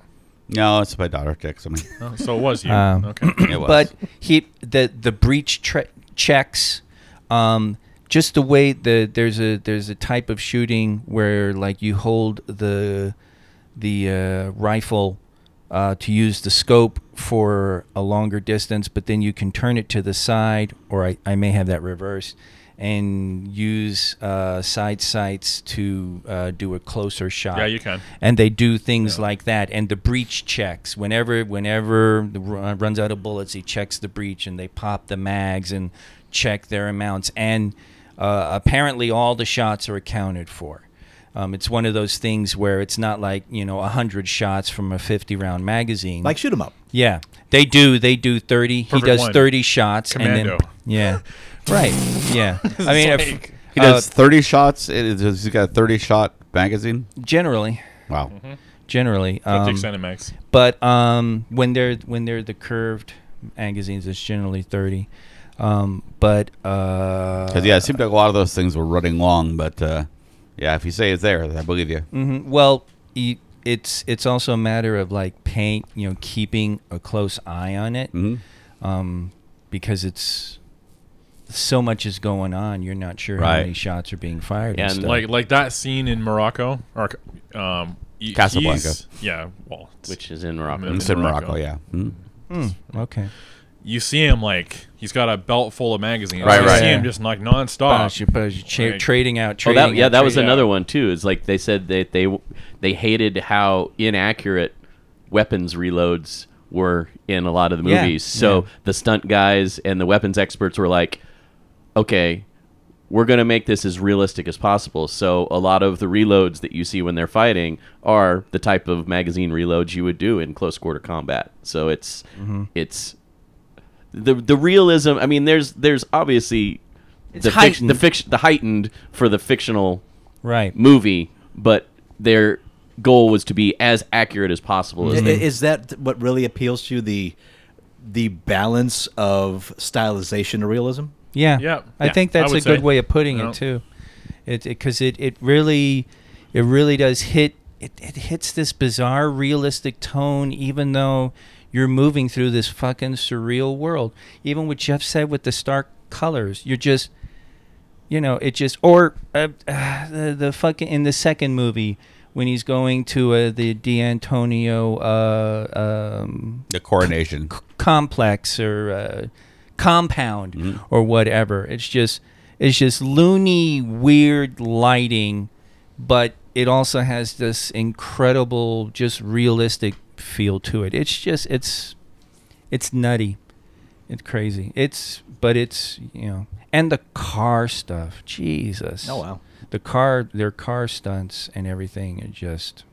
No, it's my daughter texting me.
Oh, so it was you. okay.
It was.
But he the the breach tre- checks, um, just the way the there's a there's a type of shooting where like you hold the the uh, rifle uh, to use the scope for a longer distance, but then you can turn it to the side, or I, I may have that reversed, and use uh, side sights to uh, do a closer shot.
Yeah, you can.
And they do things like that, and the breech checks whenever whenever the ru- uh, runs out of bullets, he checks the breech, and they pop the mags and check their amounts, and uh, apparently all the shots are accounted for. Um, it's one of those things where it's not like you know hundred shots from a fifty-round magazine.
like shoot 'em up.
yeah, they do. They do thirty.
Perfect
he does
one.
thirty shots,
Commando.
and then yeah, right. Yeah, I mean, if- uh,
he does thirty shots. It is, he's got a thirty shot magazine.
generally,
Wow.
generally.
Don't
um,
take Cinemax.
but um, when they're when they're the curved magazines, it's generally thirty. Um, but uh,
'Cause, yeah, it seemed like a lot of those things were running long, but uh, yeah, if you say it's there, I believe you.
mhm, well, y- it's it's also a matter of like paying, you know, keeping a close eye on it,
Mm-hmm.
Mhm.
um, because it's so much is going on. You're not sure how
Right.
many shots are being fired.
Yeah,
and
and
stuff.
Like like that scene in Morocco or um he-
Casablanca.
he's- Yeah, well, it's-
which is in Morocco.
Mm.
It's in Morocco,
Morocco.
yeah. Mhm.
okay.
you see him like he's got a belt full of magazines.
Right,
you
right.
see him just like nonstop.
Bosh, bosh, cha-
uh, Like-
trading out,
Oh,
trading.
that, yeah,
out,
that was
trading out.
another one too. Is like they said that they they hated how inaccurate weapons reloads were in a lot of the
Yeah,
movies. So
yeah.
the stunt guys and the weapons experts were like, "Okay, we're going to make this as realistic as possible." So a lot of the reloads that you see when they're fighting are the type of magazine reloads you would do in close quarter combat. So it's
Mm-hmm.
it's the the realism. I mean, there's there's obviously the, fic-
heightened.
the fiction the heightened for the fictional
right?
movie, but they're goal was to be as accurate as possible.
I-
As
i-
they,
Is that what really appeals to you? The the balance of stylization to realism.
Yeah.
Yeah.
I
Yeah.
think that's a
I would
good
say.
way of putting
Yeah.
it too. It because it, it really it really does hit it, it hits this bizarre realistic tone even though you're moving through this fucking surreal world. Even what Jeff said with the stark colors, you're just you know, it just or uh, uh, the the fucking in the second movie when he's going to uh, the D'Antonio uh, um,
the coronation.
Mm-hmm. complex or uh, compound
Mm-hmm.
or whatever. It's just it's just loony, weird lighting, but it also has this incredible, just realistic feel to it. It's just it's it's nutty, it's crazy. It's but it's you know, and the car stuff, Jesus.
Oh, wow.
The car, their car stunts and everything are just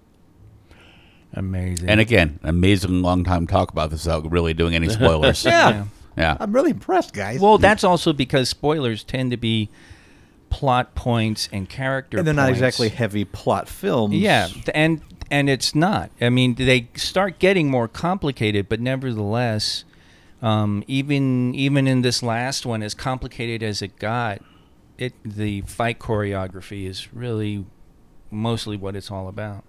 amazing.
And again, amazing long time talk about this without really doing any spoilers.
yeah.
Yeah.
I'm really impressed, guys.
Well, that's also because spoilers tend to be plot points and character.
And they're not
points.
exactly heavy plot films.
Yeah, th- and and it's not. I mean, they start getting more complicated, but nevertheless, um, even even in this last one, as complicated as it got, it the fight choreography is really mostly what it's all about.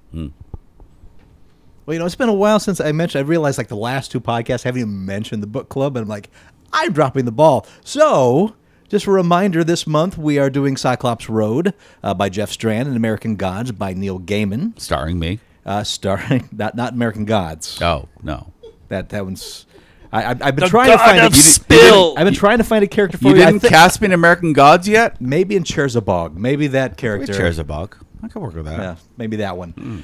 Well, you know, it's been a while since I mentioned. I realized like the last two podcasts haven't even mentioned the book club, and I'm like, I'm dropping the ball. So, just a reminder: this month we are doing Cyclops Road uh, by Jeff Strand and American Gods by Neil Gaiman,
Starring me.
uh, starring not not American Gods.
Oh, no.
That that one's. I, I, I've been
The
trying to
God
find
of
a you-
Spill!
I've been trying to find a character for
You
I
didn't
think-
cast me in American Gods yet?
maybe in Cherzabog. Maybe that character.
Chairs a bug. I can work with that.
Yeah, maybe that one.
Hmm.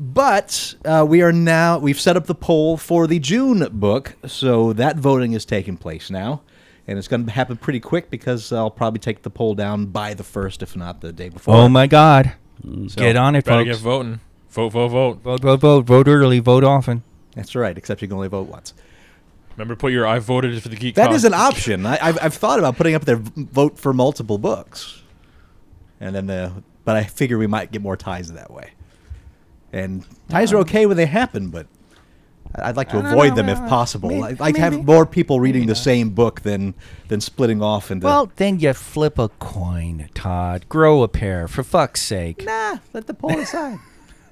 But uh, we are now we've set up the poll for the June book, so that voting is taking place now, and it's going to happen pretty quick because I'll probably take the poll down by the first, if not the day before.
Oh my God! Get on it,
Better
folks!
get voting. Vote, vote, vote.
vote, vote, vote, vote early, vote often.
That's right. Except you can only vote once.
Remember, to put your I voted for the geek.
That
Con.
is an option. I, I've, I've thought about putting up their v- vote for multiple books, and then the but I figure we might get more ties that way. And ties are okay when they happen, but I- I'd like to avoid them if possible.
May-
I'd like to have
maybe.
more people reading the same book than than splitting off into.
Well, then you flip a coin, Todd. Grow a pair, for fuck's sake.
nah, let the poll decide.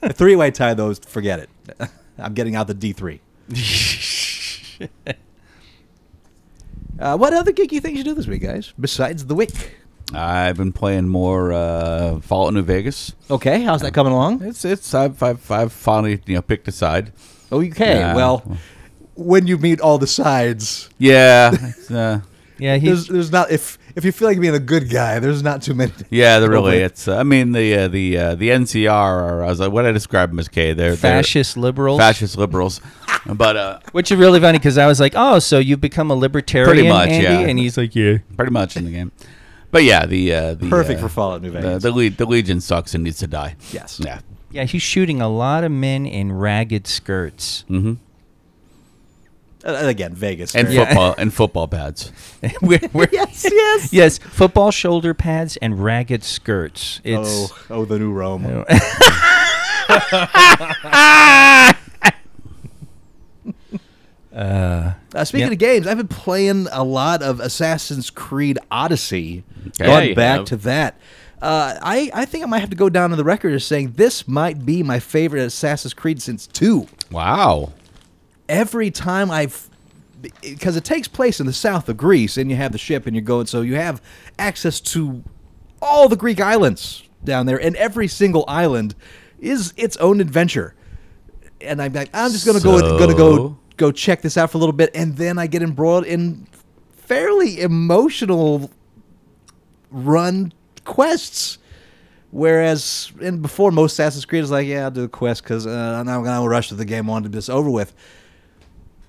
a three-way tie, though, is- forget it. I'm getting out the D three. Uh, what other geeky things you do this week, guys? Besides the wick.
I've been playing more uh, Fallout New Vegas.
Okay, how's that coming along?
It's it's I've, I've, I've finally you know picked a side.
Okay.
Yeah.
Well, when you meet all the sides,
Yeah, it's, uh,
Yeah, he's
there's, there's not if if you feel like being a good guy, there's not too many.
yeah. The really
Okay.
it's uh, I mean the uh, the uh, the NCR or as I, what I describe them as K. They're they're
fascist liberals.
fascist liberals, but uh,
Which is really funny because I was like, "Oh, so you've become a libertarian,
Pretty much,
Andy?"
yeah.
And he's like, "Yeah."
pretty much in the game. But yeah, the uh, the
Perfect
uh,
for Fallout New
The,
Vegas.
the, Le- the Legion sucks and needs to die.
Yes.
Yeah.
Yeah, he's shooting a lot of men in ragged skirts.
Mm.
Uh, and again, Vegas
And
very-
football and football pads.
We're- we're-
yes, yes.
yes, football shoulder pads and ragged skirts. It's
Oh, oh, the new Rome. Uh, speaking
yeah.
of games, I've been playing a lot of Assassin's Creed Odyssey.
Okay.
Gone
Yeah, you
back
have.
to that. Uh, I I think I might have to go down to the record as saying this might be my favorite Assassin's Creed since two.
Wow.
every time I've because it takes place in the south of Greece, and you have the ship, and you're going, so you have access to all the Greek islands down there, and every single island is its own adventure. And I'm like, I'm just gonna go, gonna
So?
go, go check this out for a little bit, and then I get embroiled in fairly emotional run quests. Whereas and before most Assassin's Creed is like, yeah, I'll do a quest because uh, I'm not gonna rush to the game. I want to get this over with.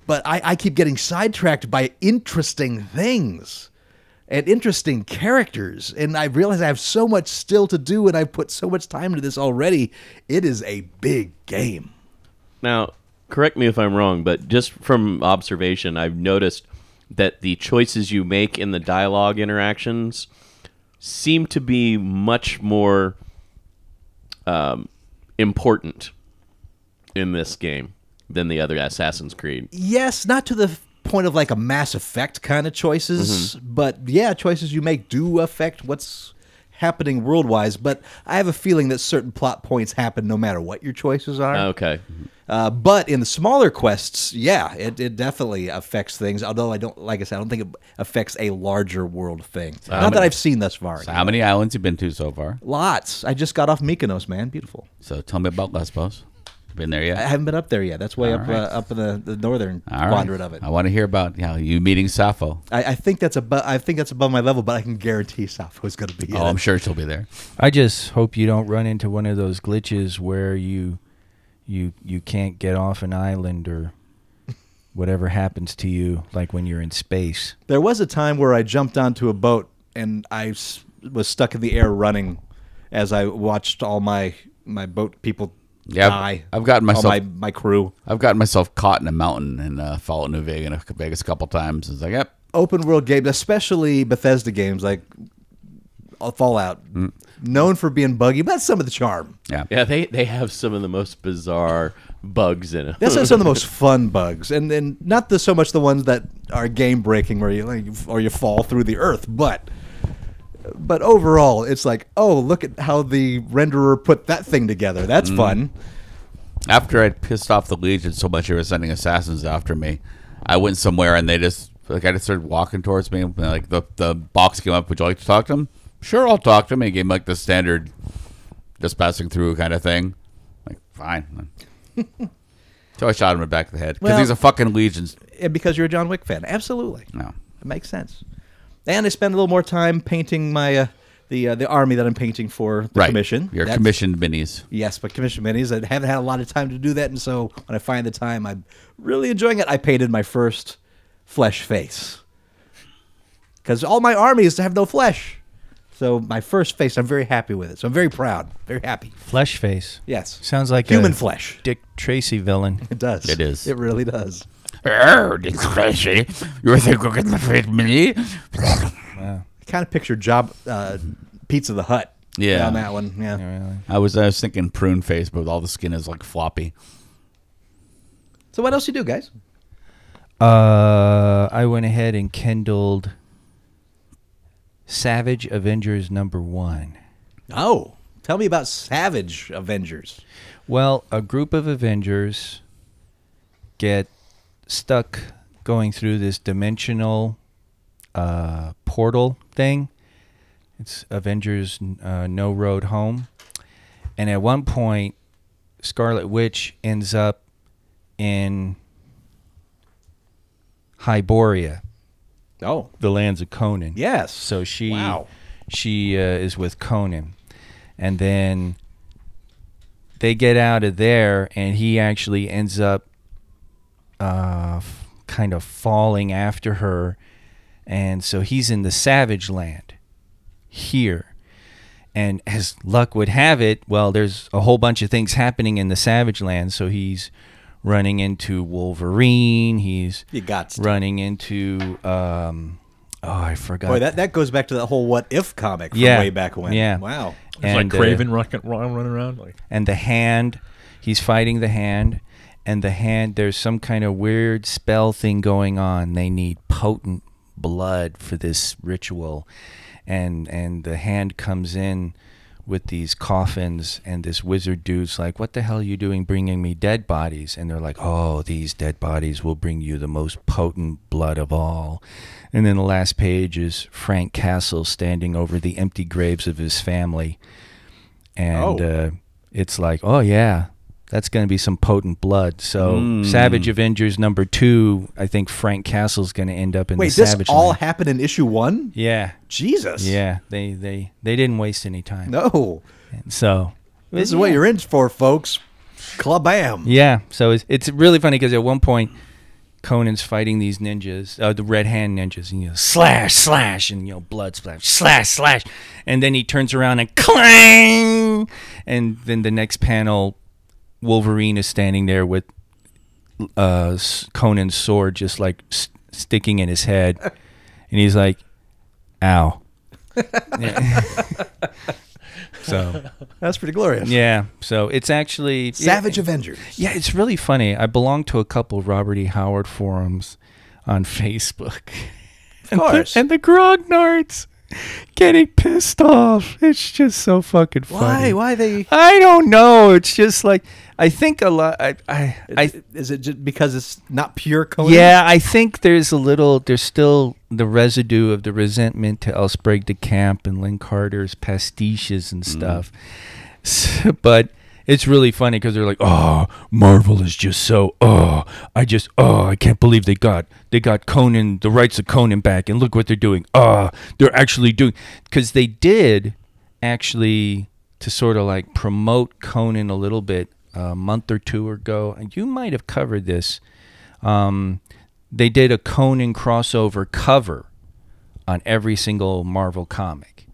But I, I keep getting sidetracked by interesting things and interesting characters, and I realize I have so much still to do, and I've put so much time into this already. It is a big game.
now, correct me if I'm wrong, but just from observation, I've noticed that the choices you make in the dialogue interactions seem to be much more um, important in this game than the other Assassin's Creed.
yes, not to the point of like a Mass Effect kind of choices, but yeah, choices you make do affect what's happening world wise. But I have a feeling that certain plot points happen no matter what your choices are.
Okay.
Uh, but in the smaller quests, yeah, it, it definitely affects things. Although I don't, like I said, I don't think it affects a larger world thing. Not that I've seen thus far.
So how many islands you been to so far?
Lots. I just got off Mykonos, man. Beautiful.
So tell me about Lesbos. Been there
I
yet?
haven't been up there yet. That's way
All
up
right.
uh, up in the, the northern
All right. Oh.
quadrant of it.
I want to hear about how you meeting Sappho.
I, I think that's above. I think that's above my level, but I can guarantee Sappho's going to be.
Oh,
in
I'm
it.
sure she'll be there.
I just hope you don't run into one of those glitches where you you you can't get off an island or whatever happens to you like when you're in space.
There was a time where I jumped onto a boat and I s- was stuck in the air running, as I watched all my my boat people
Yeah, I've-
die.
I've gotten
All
myself-
my my crew.
I've gotten myself caught in a mountain in uh, Fallout New Vegas, Vegas a couple times. It's like, yep.
Open world games, especially Bethesda games like uh, Fallout,
Mm.
known for being buggy, but that's some of the charm.
Yeah.
Yeah, they, they have some of the most bizarre bugs in it.
That's some of the most fun bugs, and then not the, so much the ones that are game breaking, where you like, or you fall through the earth, but but overall, it's like, oh, look at how the renderer put that thing together. That's
Mm.
fun.
After I pissed off the Legion so much, they were sending assassins after me. I went somewhere and they just like I just started walking towards me. And, like the the box came up. Would you like to talk to him? Sure, I'll talk to him. He gave me like the standard, just passing through kind of thing. Like fine. so I shot him in the back of the head because
Well-
he's a fucking Legion.
And because you're a John Wick fan, absolutely,
No.
it makes sense. And I spend a little more time painting my uh, the uh, the army that I'm painting for the
Right.
commission.
Your
That's-
commissioned minis.
Yes, but commission minis. I haven't had a lot of time to do that, and so when I find the time, I'm really enjoying it. I painted my first flesh face because all my armies have no flesh, so my first face, I'm very happy with it. So I'm very proud, very happy.
Flesh face.
Yes,
Sounds like
human
a
flesh.
Dick Tracy villain.
It does.
It is.
It really does.
Oh, it's crazy. You think we're getting the first mini?
I kind of picture job uh, Pizza the Hut.
Yeah.
on that one. Yeah.
I was I was thinking prune face, but all the skin is like floppy.
So what else you do, guys?
Uh, I went ahead and kindled Savage Avengers number one.
Oh, tell me about Savage Avengers.
Well, a group of Avengers get stuck going through this dimensional uh, portal thing. It's Avengers uh, No Road Home. And at one point, Scarlet Witch ends up in Hyboria,
Oh,
the lands of Conan.
yes.
So she
Wow.
she uh, is with Conan, and then they get out of there, and he actually ends up uh, f- kind of falling after her, and so he's in the Savage Land here. And as luck would have it, well, there's a whole bunch of things happening in the Savage Land. So he's running into Wolverine. He's
You gots to.
running into um, oh, I forgot.
Boy, that, that goes back to that whole "What If" comic from
Yeah.
way back when.
Yeah.
Wow.
It's like
And, uh,
Craven running, running around. Like,
and the hand. He's fighting the hand, and the hand. There's some kind of weird spell thing going on. They need potent blood for this ritual, and and the hand comes in with these coffins, and this wizard dude's like, "What the hell are you doing, bringing me dead bodies?" And they're like, "Oh, these dead bodies will bring you the most potent blood of all." And then the last page is Frank Castle standing over the empty graves of his family and uh, it's like, oh yeah, that's going to be some potent blood. So
Hmm.
Savage Avengers number two, I think Frank Castle's going to end up in
Wait,
the
this
Savage.
all
Land.
happened in issue one?
yeah,
Jesus.
yeah. They they they didn't waste any time.
No.
So
This is what you're in for, folks. Clubam.
yeah. So it's it's really funny because at one point. Conan's fighting these ninjas, uh, the red hand ninjas, and you know, slash, slash, and you know, blood splash, slash, slash, and then he turns around and clang, and then the next panel, Wolverine is standing there with uh, s- Conan's sword just like s- sticking in his head, and he's like, "Ow." So
That's pretty glorious.
yeah, so it's actually
Savage Avengers.
Yeah, it's really funny. I belong to a couple Robert E. Howard forums on Facebook. Of
course.
And the, and the grognards getting pissed off. It's just so fucking
Why?
funny.
Why they?
I don't know. It's just like I think a lot. I, I, I
is it just because it's not pure color?
yeah, I think there's a little, there's still the residue of the resentment to Elsbreg de Camp and Lynn Carter's pastiches and stuff. S- but it's really funny because they're like, oh, Marvel is just so, oh, I just, oh, I can't believe they got, they got Conan, the rights of Conan back, and look what they're doing. Ah, they're actually doing, because they did actually to sort of like promote Conan a little bit a month or two ago. And You might have covered this um, they did a Conan crossover cover on every single Marvel comic.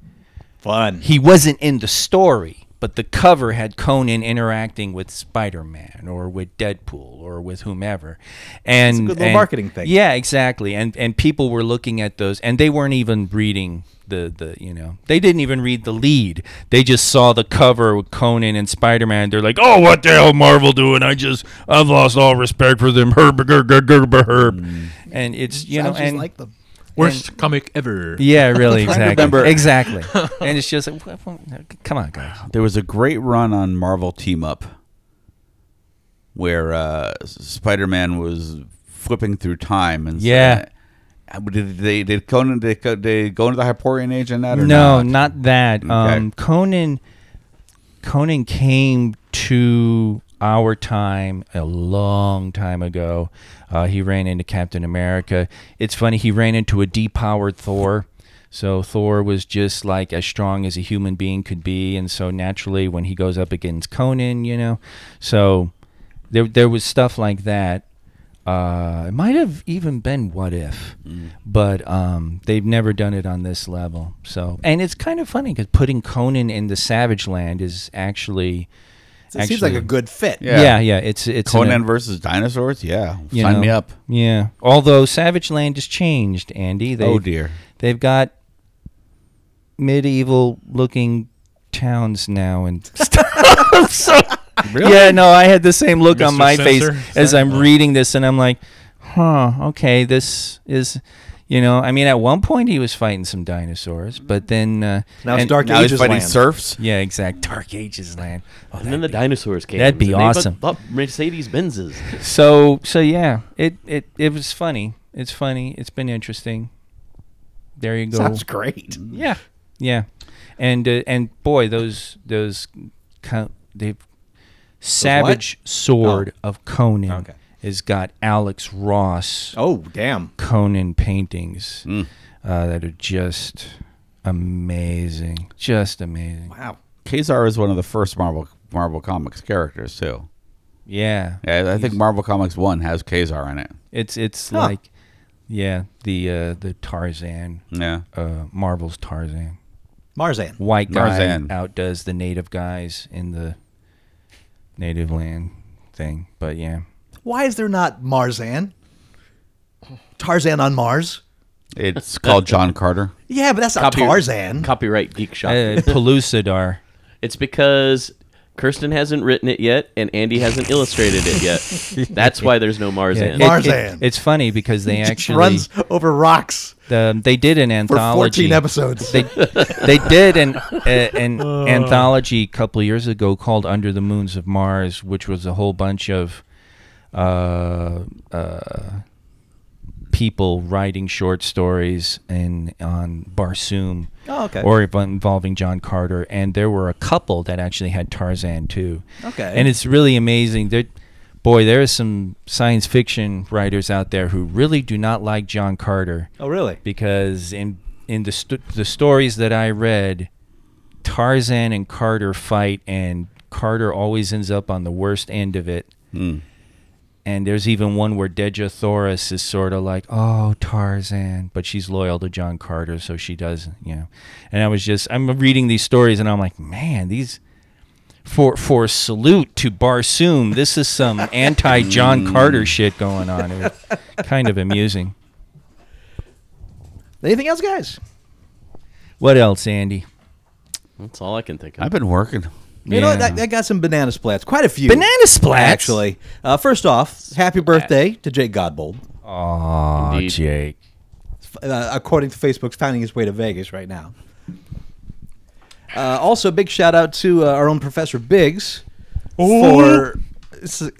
Fun.
He wasn't in the story, but the cover had Conan interacting with Spider-Man or with Deadpool or with whomever. And
good little
and-
marketing thing.
Yeah, exactly. And and people were looking at those, and they weren't even reading the the you know they didn't even read the lead. They just saw the cover with Conan and Spider-Man. They're like, oh, what the hell, Marvel doing? I just I've lost all respect for them. Herb, herb, herb, herb, herb.
Mm.
And it's you
Sounds
know
just
and
like them.
Worst comic ever.
yeah, really, exactly,
remember-
exactly. and it's just like, wh- wh- come on, guys.
There was a great run on Marvel Team Up where uh, Spider Man was flipping through time and
Yeah.
Uh, Did they did Conan did, Co- did go into the Hyperion age in that or
no,
not?
not, that. Um,
Okay.
Conan, Conan came to our time a long time ago. Uh, he ran into Captain America. It's funny he ran into a depowered Thor. So Thor was just like as strong as a human being could be, and so naturally when he goes up against Conan, you know, so there there was stuff like that. Uh, it might have even been what if,
Mm.
but um, they've never done it on this level. So, and it's kind of funny because putting Conan in the Savage Land is actually,
It seems like a good fit.
Yeah.
yeah, yeah. it's it's an-
Conan versus dinosaurs? Yeah.
you
Sign
know,
me up.
Yeah, although Savage Land has changed, Andy. They
Oh dear.
they've got medieval looking towns now and stuff. so, Yeah, no, I had the same look on
Mr.
my
Censor?
face as I'm reading this, and I'm like, huh, okay, this is. You know, I mean, at one point he was fighting some dinosaurs, but then uh,
Now it's
and-
Dark
Now he's
Ages
fighting
land.
serfs.
Yeah, exact. Dark Ages land. Oh,
And then the
that'd
dinosaurs came.
that'd be
and they bu-
awesome.
bought Mercedes Benzes.
be- so so yeah, it it it was funny. It's funny. It's been interesting. There you go.
Sounds great.
Yeah, yeah, and uh, and boy, those those co- they've Savage Sword of Conan
Okay.
has got Alex Ross
Oh damn!
Conan paintings uh, that are just amazing, just amazing.
Wow.
Kazar is one of the first Marvel Marvel Comics characters too.
Yeah,
Yeah, I think Marvel Comics One has Kazar in it.
it's it's like yeah the uh, the Tarzan
Yeah.
uh, Marvel's Tarzan
Marzan.
white guy
Tarzan.
outdoes the native guys in the native land thing, but yeah.
Why is there not Marzan? Tarzan on Mars.
It's called John Carter.
Yeah, but that's not
Copy-
Tarzan.
Copyright geek shop.
Uh, Pellucidar.
It's because Kirsten hasn't written it yet, and Andy hasn't illustrated it yet. That's why there's no Marzan.
Mar-
It- it-
Tarzan.
it's funny because they
Just
actually
runs over rocks
the, they did an
for
anthology.
14 episodes.
They they did an a, an anthology a couple of years ago called Under the Moons of Mars, which was a whole bunch of uh, uh, people writing short stories and on Barsoom.
Oh, okay.
Or if- involving John Carter, and there were a couple that actually had Tarzan too.
Okay.
And it's really amazing. There, boy, there are some science fiction writers out there who really do not like John Carter
oh, really?
because in in the st- the stories that I read, Tarzan and Carter fight, and Carter always ends up on the worst end of it. And there's even one where Deja Thoris is sort of like, "Oh, Tarzan," but she's loyal to John Carter, so she does, you know. And I was just, I'm reading these stories, and I'm like, man, these for for a salute to Barsoom, this is some anti John Carter shit going on. It was kind of amusing.
Anything else, guys?
What else, Andy?
That's all I can think of.
I've been working.
You know, what? I, I got some banana splats. Quite a few.
Banana splats?
Actually. Uh, first off, happy birthday to Jake Godbold.
Oh,
Indeed.
Jake.
uh, according to Facebook's finding his way to Vegas right now. Uh, also, big shout out to uh, our own Professor Biggs for, s-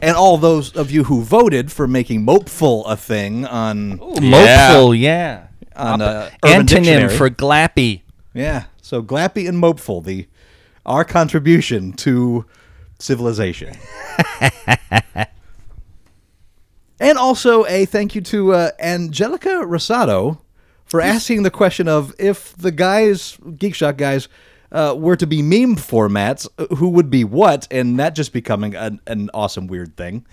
and all those of you who voted for making "mopeful" a thing on
Yeah.
Mopeful, yeah.
on uh, Urban
Antonym
Dictionary.
for glappy.
yeah. So Glappy and mopeful, the our contribution to civilization. And also a thank you to uh, Angelica Rosado for asking the question of if the guys, Geek Shock guys, uh, were to be meme formats, uh, who would be what, and that just becoming an, an awesome weird thing.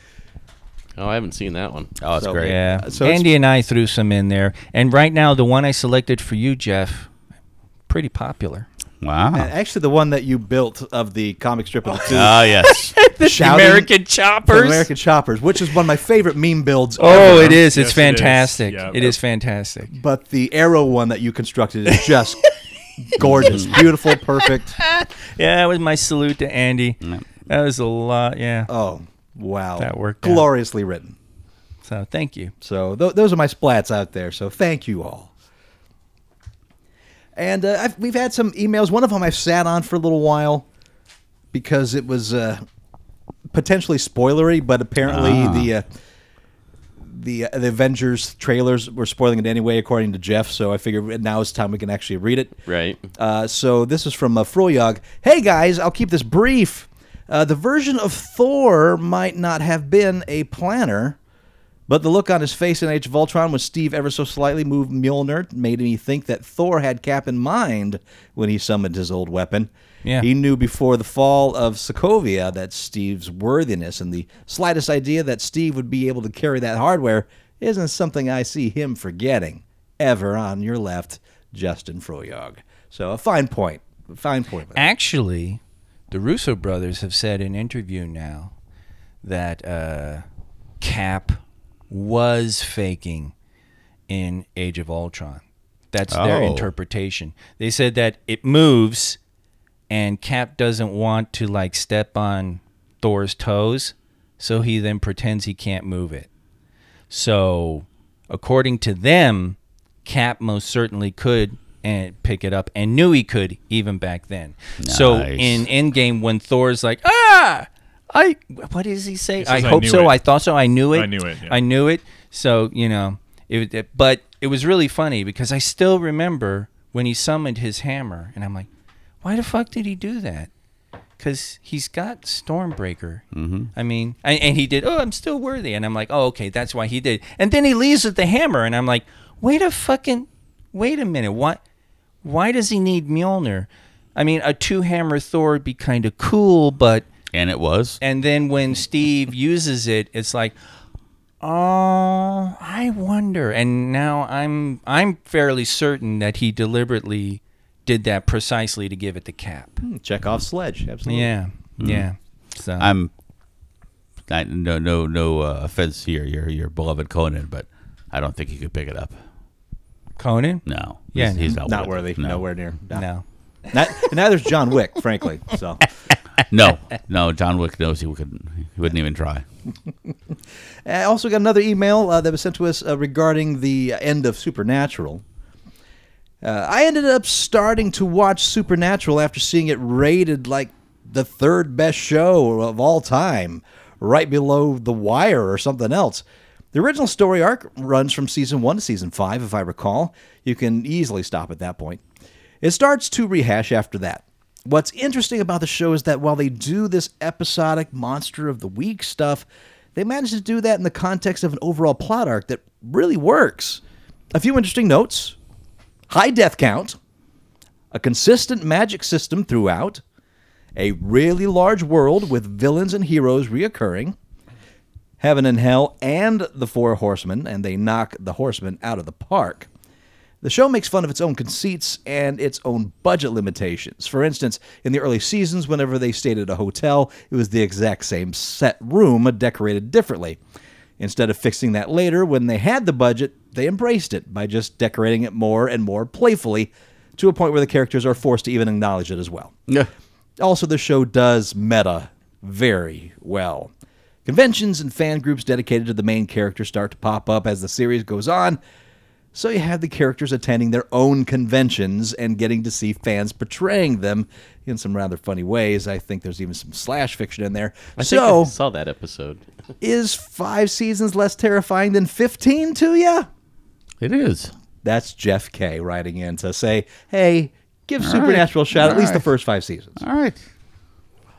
oh, I haven't seen that one.
Oh, that's
So-
great.
Yeah.
So it's-
Andy and I threw some in there. And right now, the one I selected for you, Jeff, pretty popular.
Wow.
And actually, the one that you built of the comic strip of the two
Ah, yes.
shouting-
Choppers.
the American Choppers, which is one of my favorite meme builds.
Oh,
ever.
it is. It's
Yes, it is.
fantastic. It is,
Yeah.
fantastic.
But the arrow one that you constructed is just gorgeous,
Mm.
beautiful, perfect.
Yeah, that was my salute to Andy. That was a lot. Yeah.
Oh, wow.
That worked out.
Gloriously written.
So thank you.
So th- those are my splats out there. So thank you all. And uh, I've, we've had some emails. One of them I've sat on for a little while because it was uh, potentially spoilery, but apparently
Ah.
the uh, the uh, the Avengers trailers were spoiling it anyway, according to Jeff. So I figured now it's time we can actually read it.
Right.
Uh, so this is from uh, Froyog. Hey guys, I'll keep this brief. Uh, the version of Thor might not have been a planner, but the look on his face in Age of Ultron when Steve ever so slightly moved Mjolnir made me think that Thor had Cap in mind when he summoned his old weapon.
Yeah.
He knew before the fall of Sokovia that Steve's worthiness and the slightest idea that Steve would be able to carry that hardware isn't something I see him forgetting ever on your left, Justin Froyog. So a fine point. A fine point.
Actually, the Russo brothers have said in interview now that uh, Cap was faking in Age of Ultron. That's their
Oh.
interpretation. They said that it moves, and Cap doesn't want to like step on Thor's toes, so he then pretends he can't move it. So, according to them, Cap most certainly could and pick it up and knew he could even back then. So
Nice.
in Endgame, when Thor's like, ah, I what does he say? I
says, "I
hope
knew
so.
it."
I thought so. I knew it.
I knew it, yeah.
I knew it. So you know, it, it. But it was really funny because I still remember when he summoned his hammer, and I'm like, why the fuck did he do that? Because he's got Stormbreaker. Mm-hmm. I mean, and, and he did. Oh, I'm still worthy, and I'm like, oh, okay, that's why he did. And then he leaves with the hammer, and I'm like, wait a fucking, wait a minute, what? Why does he need Mjolnir? I mean, a two hammer Thor would be kind of cool, but
And it was.
and then when Steve uses it, it's like, oh, I wonder. And now I'm I'm fairly certain that he deliberately did that precisely to give it the cap.
Check off sledge. Absolutely.
Yeah, yeah. So
I'm I, no no no uh, offense here, your your beloved Conan, but I don't think he could pick it up.
Conan.
No.
Yeah,
He's, he's not
Not
worth
worthy.
it. No.
Nowhere near.
No.
Not, neither's John Wick, frankly. So.
no. No, John Wick knows he wouldn't he wouldn't even try.
I Uh, also got another email uh, that was sent to us uh, regarding the end of Supernatural. Uh, I ended up starting to watch Supernatural after seeing it rated like the third best show of all time, right below The Wire or something else. The original story arc runs from season one to season five, if I recall. You can easily stop at that point. It starts to rehash after that. What's interesting about the show is that while they do this episodic monster of the week stuff, they manage to do that in the context of an overall plot arc that really works. A few interesting notes high death count, a consistent magic system throughout, a really large world with villains and heroes reoccurring, heaven and hell, and the four horsemen, and they knock the horsemen out of the park. The show makes fun of its own conceits and its own budget limitations. For instance, in the early seasons, whenever they stayed at a hotel, it was the exact same set room, decorated differently. Instead of fixing that later, when they had the budget, they embraced it by just decorating it more and more playfully
to a point where the characters are forced to even acknowledge it as well.
Yeah.
Also, the show does meta very well. Conventions and fan groups dedicated to the main character start to pop up as the series goes on, so you have the characters attending their own conventions and getting to see fans portraying them in some rather funny ways. I think there's even some slash fiction in there.
I think
so,
I saw that episode.
is five seasons less terrifying than 15 to you?
It is.
That's Jeff K writing in to say, hey, give Supernatural a shot, at least the first five seasons.
All right.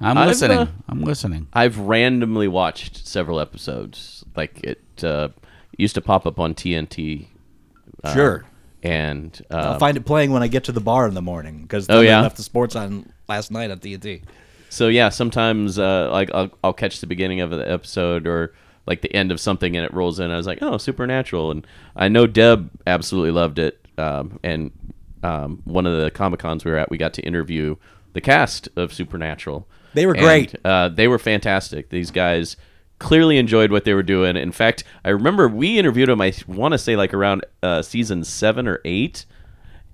I'm
I've,
listening.
uh,
I'm listening.
I've randomly watched several episodes. Like it uh, used to pop up on TNT, Uh,
Sure.
and
I'll
uh,
find it playing when I get to the bar in the morning because
Oh, yeah?
I left the sports on last night
E
at TNT.
so yeah, sometimes uh, like I'll, I'll catch the beginning of the episode or like the end of something, and it rolls in. I was like, oh, supernatural, and I know Deb absolutely loved it. Um, and um, one of the comic cons we were at, we got to interview the cast of Supernatural.
They were
And,
great.
Uh, they were fantastic. These guys clearly enjoyed what they were doing. In fact, I remember we interviewed them. I want to say like around uh, season seven or eight,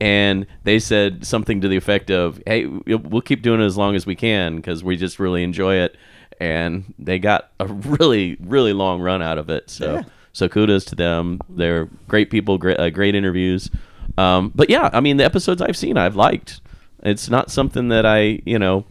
and they said something to the effect of, "Hey, we'll keep doing it as long as we can because we just really enjoy it." And they got a really, really long run out of it. So, so kudos to them. They're great people. Great, uh, great interviews. Um, but yeah, I mean, the episodes I've seen, I've liked. It's not something that I, you know,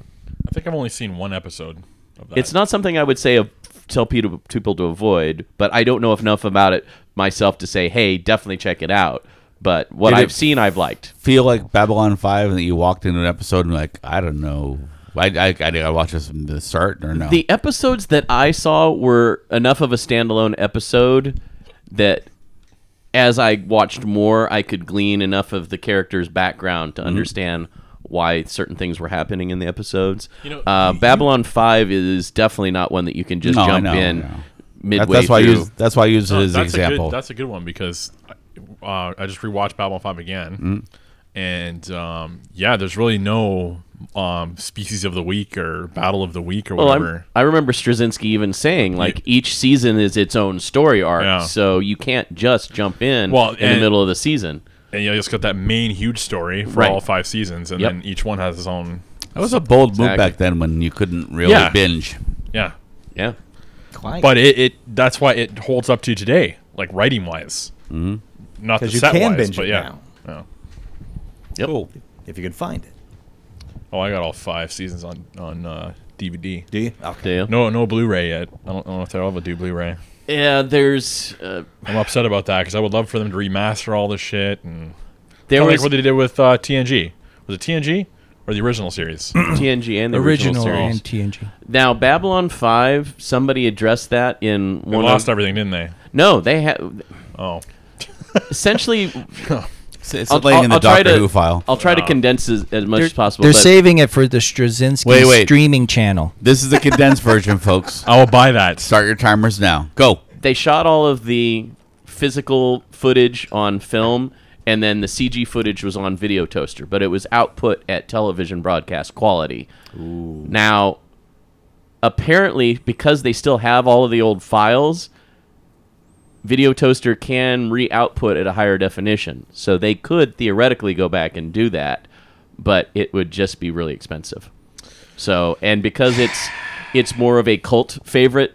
I think I've only seen one episode of that.
it's not something I would say of tell people to, people to avoid, but I don't know enough about it myself to say, hey, definitely check it out. But what
Did it-
I've seen, I've liked.
Feel like Babylon Five, and that you walked into an episode and like, I don't know. I I I, I watched this from the start or no?
The episodes that I saw were enough of a standalone episode that as I watched more, I could glean enough of the character's background to understand why certain things were happening in the episodes.
You know,
uh,
you-
Babylon 5 is definitely not one that you can just
No, I
jump
know,
in
I know. That-
midway
that's why I
through.
use that's why I use it
No,
as an
Oh, that's A
example.
good, that's a good one because uh, I just rewatched Babylon 5 again. And um, yeah, there's really no um, species of the week or battle of the week or
Well, I'm,
whatever.
I remember Straczynski even saying like each season is its own story arc,
Yeah.
so you can't just jump in
Well,
in the
and-
middle of the season.
and you just got that main huge story for
Right.
all five seasons, and
Yep.
then each one has its own.
that was a bold move
Exactly.
back then when you couldn't really
Yeah.
binge.
Yeah,
Yeah,
but it, it that's why it holds up to today, like writing wise. Mm-hmm. Not the
'Cause you
set
can
wise,
binge
but
it
yeah.
now.
Yeah.
Cool. If you can find it.
Oh, I got all five seasons on on uh, DVD.
Do you? Okay.
yeah,
No, no Blu-ray yet. I don't, I don't know if they'll ever do Blu-ray.
yeah. There's uh,
I'm upset about that because I would love for them to remaster all this shit and
there
Kinda
was
like what they did with uh, TNG. Was it TNG or the original series?
TNG and the original,
original
series.
and TNG.
Now Babylon Five, somebody addressed that in
they
one.
lost
of,
everything, didn't they?
no, they had
Oh,
essentially.
It's, it's
I'll,
laying in
I'll-
the
I'll try
Doctor
to
Who file.
I'll try to condense as, as much as possible.
They're
but
saving it for the Straczynski
Wait, wait.
streaming channel.
this is the condensed version, folks.
I will buy that.
Start your timers now. Go.
they shot all of the physical footage on film and then the CG footage was on video toaster, but it was output at television broadcast quality. Now, apparently, because they still have all of the old files, video toaster can re output at a higher definition. So they could theoretically go back and do that, but it would just be really expensive. So, and because it's it's more of a cult favorite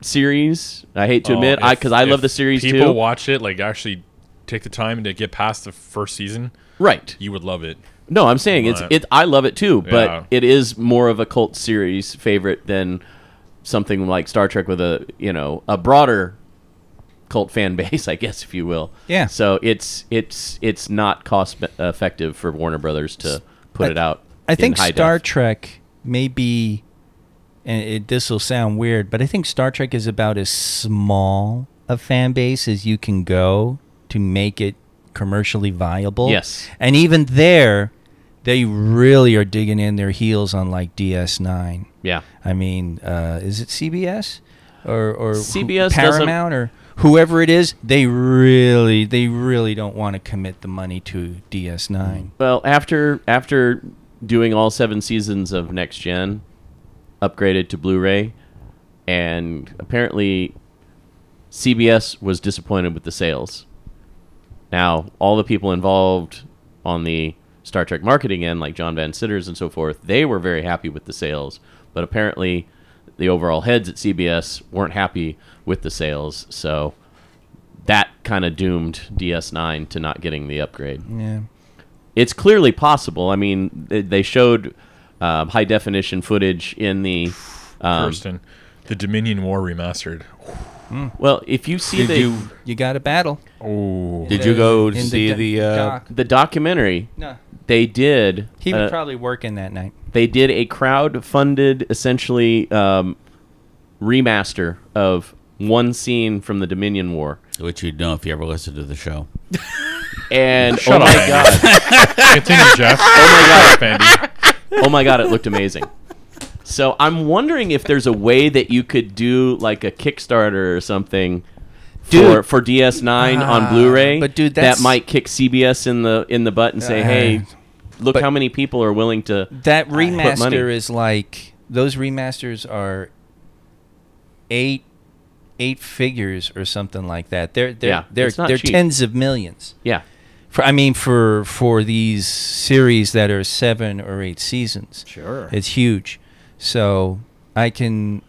series, I hate to
Oh,
admit, I
if-
because I love
if
the series
people
too.
watch it, like actually take the time to get past the first season.
right.
You would love it.
No, I'm saying it's
Right.
it. I love it too, but
Yeah.
it is more of a cult series favorite than something like Star Trek with a you know a broader cult fan base, I guess if you will.
Yeah.
So it's it's it's not cost be- effective for Warner Brothers to put it out.
I
in
think
high
Star
def.
Trek may be, and it, this will sound weird, but I think Star Trek is about as small a fan base as you can go to make it commercially viable.
Yes.
And even there, they really are digging in their heels on like DS9.
Yeah.
I mean, uh, is it CBS or or who-
CBS doesn't-
Paramount or whoever it is? They really, they really don't want to commit the money to DS9.
Well, after after doing all seven seasons of Next Gen, upgraded to Blu-ray, and apparently CBS was disappointed with the sales. Now, all the people involved on the Star Trek marketing end, like John Van Sitters and so forth, they were very happy with the sales. But apparently, the overall heads at CBS weren't happy with the sales. So that kind of doomed DS9 to not getting the upgrade
Yeah.
it's clearly possible. I mean, they- they showed uh, high definition footage in the. Um,
Kirsten, the Dominion War remastered.
well, if you see
You,
the
do, you got a battle.
Oh,
Did you go to
In
see
do-
the, uh,
dock.
the documentary,
No.
they did
He
uh,
was probably working that night.
they did a crowd funded essentially um, remaster of one scene from the Dominion War,
which you'd know if you ever listened to the show.
and oh
Shut
my
up.
god,
continue, Jeff. Oh my God,
oh my god, it looked amazing. So I'm wondering if there's a way that you could do like a Kickstarter or something for
Dude. Ah,
for DS9 on Blu-ray.
but dude,
that
that's-
might kick CBS in the in the butt and say,
Uh,
"Hey, look
but-
how many people are willing to."
That
money.
remaster is like those remasters are eight eight figures or something like that. They're they're
Yeah,
they're
it's not
they're
cheap.
tens of millions.
Yeah,
For I mean for for these series that are seven or eight seasons.
Sure.
It's huge. So I can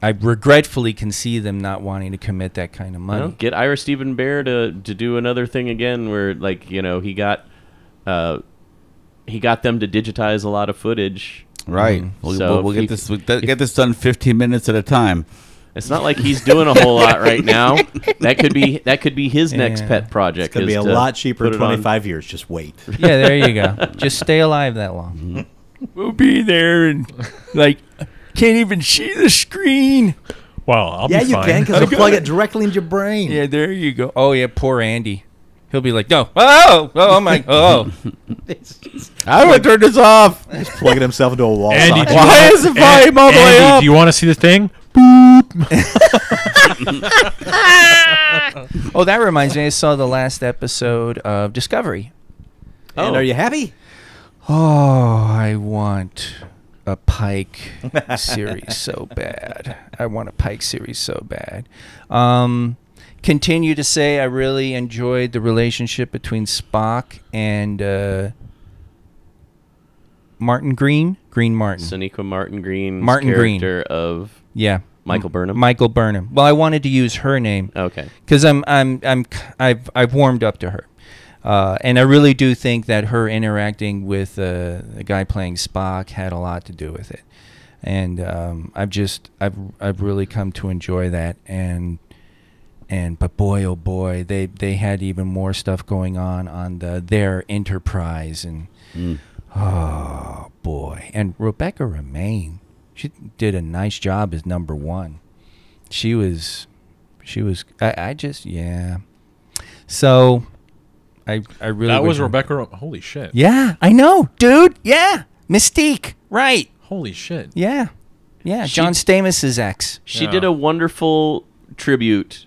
I regretfully can see them not wanting to commit that kind of
you
money.
know, get Ira Stephen Bear to to do another thing again, where like you know he got, uh, he got them to digitize a lot of footage.
Right. We'll,
So
we'll, we'll
if
get
you-
this we'll get this done 15 minutes at a time.
It's not like he's doing a whole lot right now. That could be that could be his next
Yeah.
pet project.
It's going to be
is
a
to
uh,
lot cheaper
put
in
it on-
25 years. Just wait.
Yeah, there you go. Just stay alive that long.
We'll be there and
Like can't even see the screen.
well, I'll
yeah,
be
you
fine.
can because they'll plug it directly into your brain.
Yeah, there you go. Oh yeah, poor Andy. He'll be like, no, oh, oh, oh my, oh,
I would turn this off.
He's plugging himself into a wall.
Andy,
socket.
do you
Why
wanna-
is the volume
An-
all the way
Andy,
up?
Do you want to see the thing?
oh. That reminds me, I saw the last episode of Discovery.
And are you happy?
Oh, I want a Pike series so bad. I want a Pike series so bad. Um, continue to say I really enjoyed the relationship between Spock and uh, Martin Green. Green Martin.
Sonequa Martin Green,
Martin Green.
character of
yeah.
Michael Burnham.
Michael Burnham. Well, I wanted to use her name.
Okay.
because I'm I'm I'm c- I've I've warmed up to her, uh, and I really do think that her interacting with uh, the guy playing Spock had a lot to do with it, and um, I've just I've I've really come to enjoy that, and and but boy oh boy they they had even more stuff going on on the their Enterprise and oh boy and Rebecca Remain she did a nice job as number one she was she was I, I just yeah so i i really
That was
wish I-
Rebecca. Ro- Holy shit!
yeah i know dude yeah mystique right
Holy shit!
yeah yeah john stamos's ex
She
Yeah.
did a wonderful tribute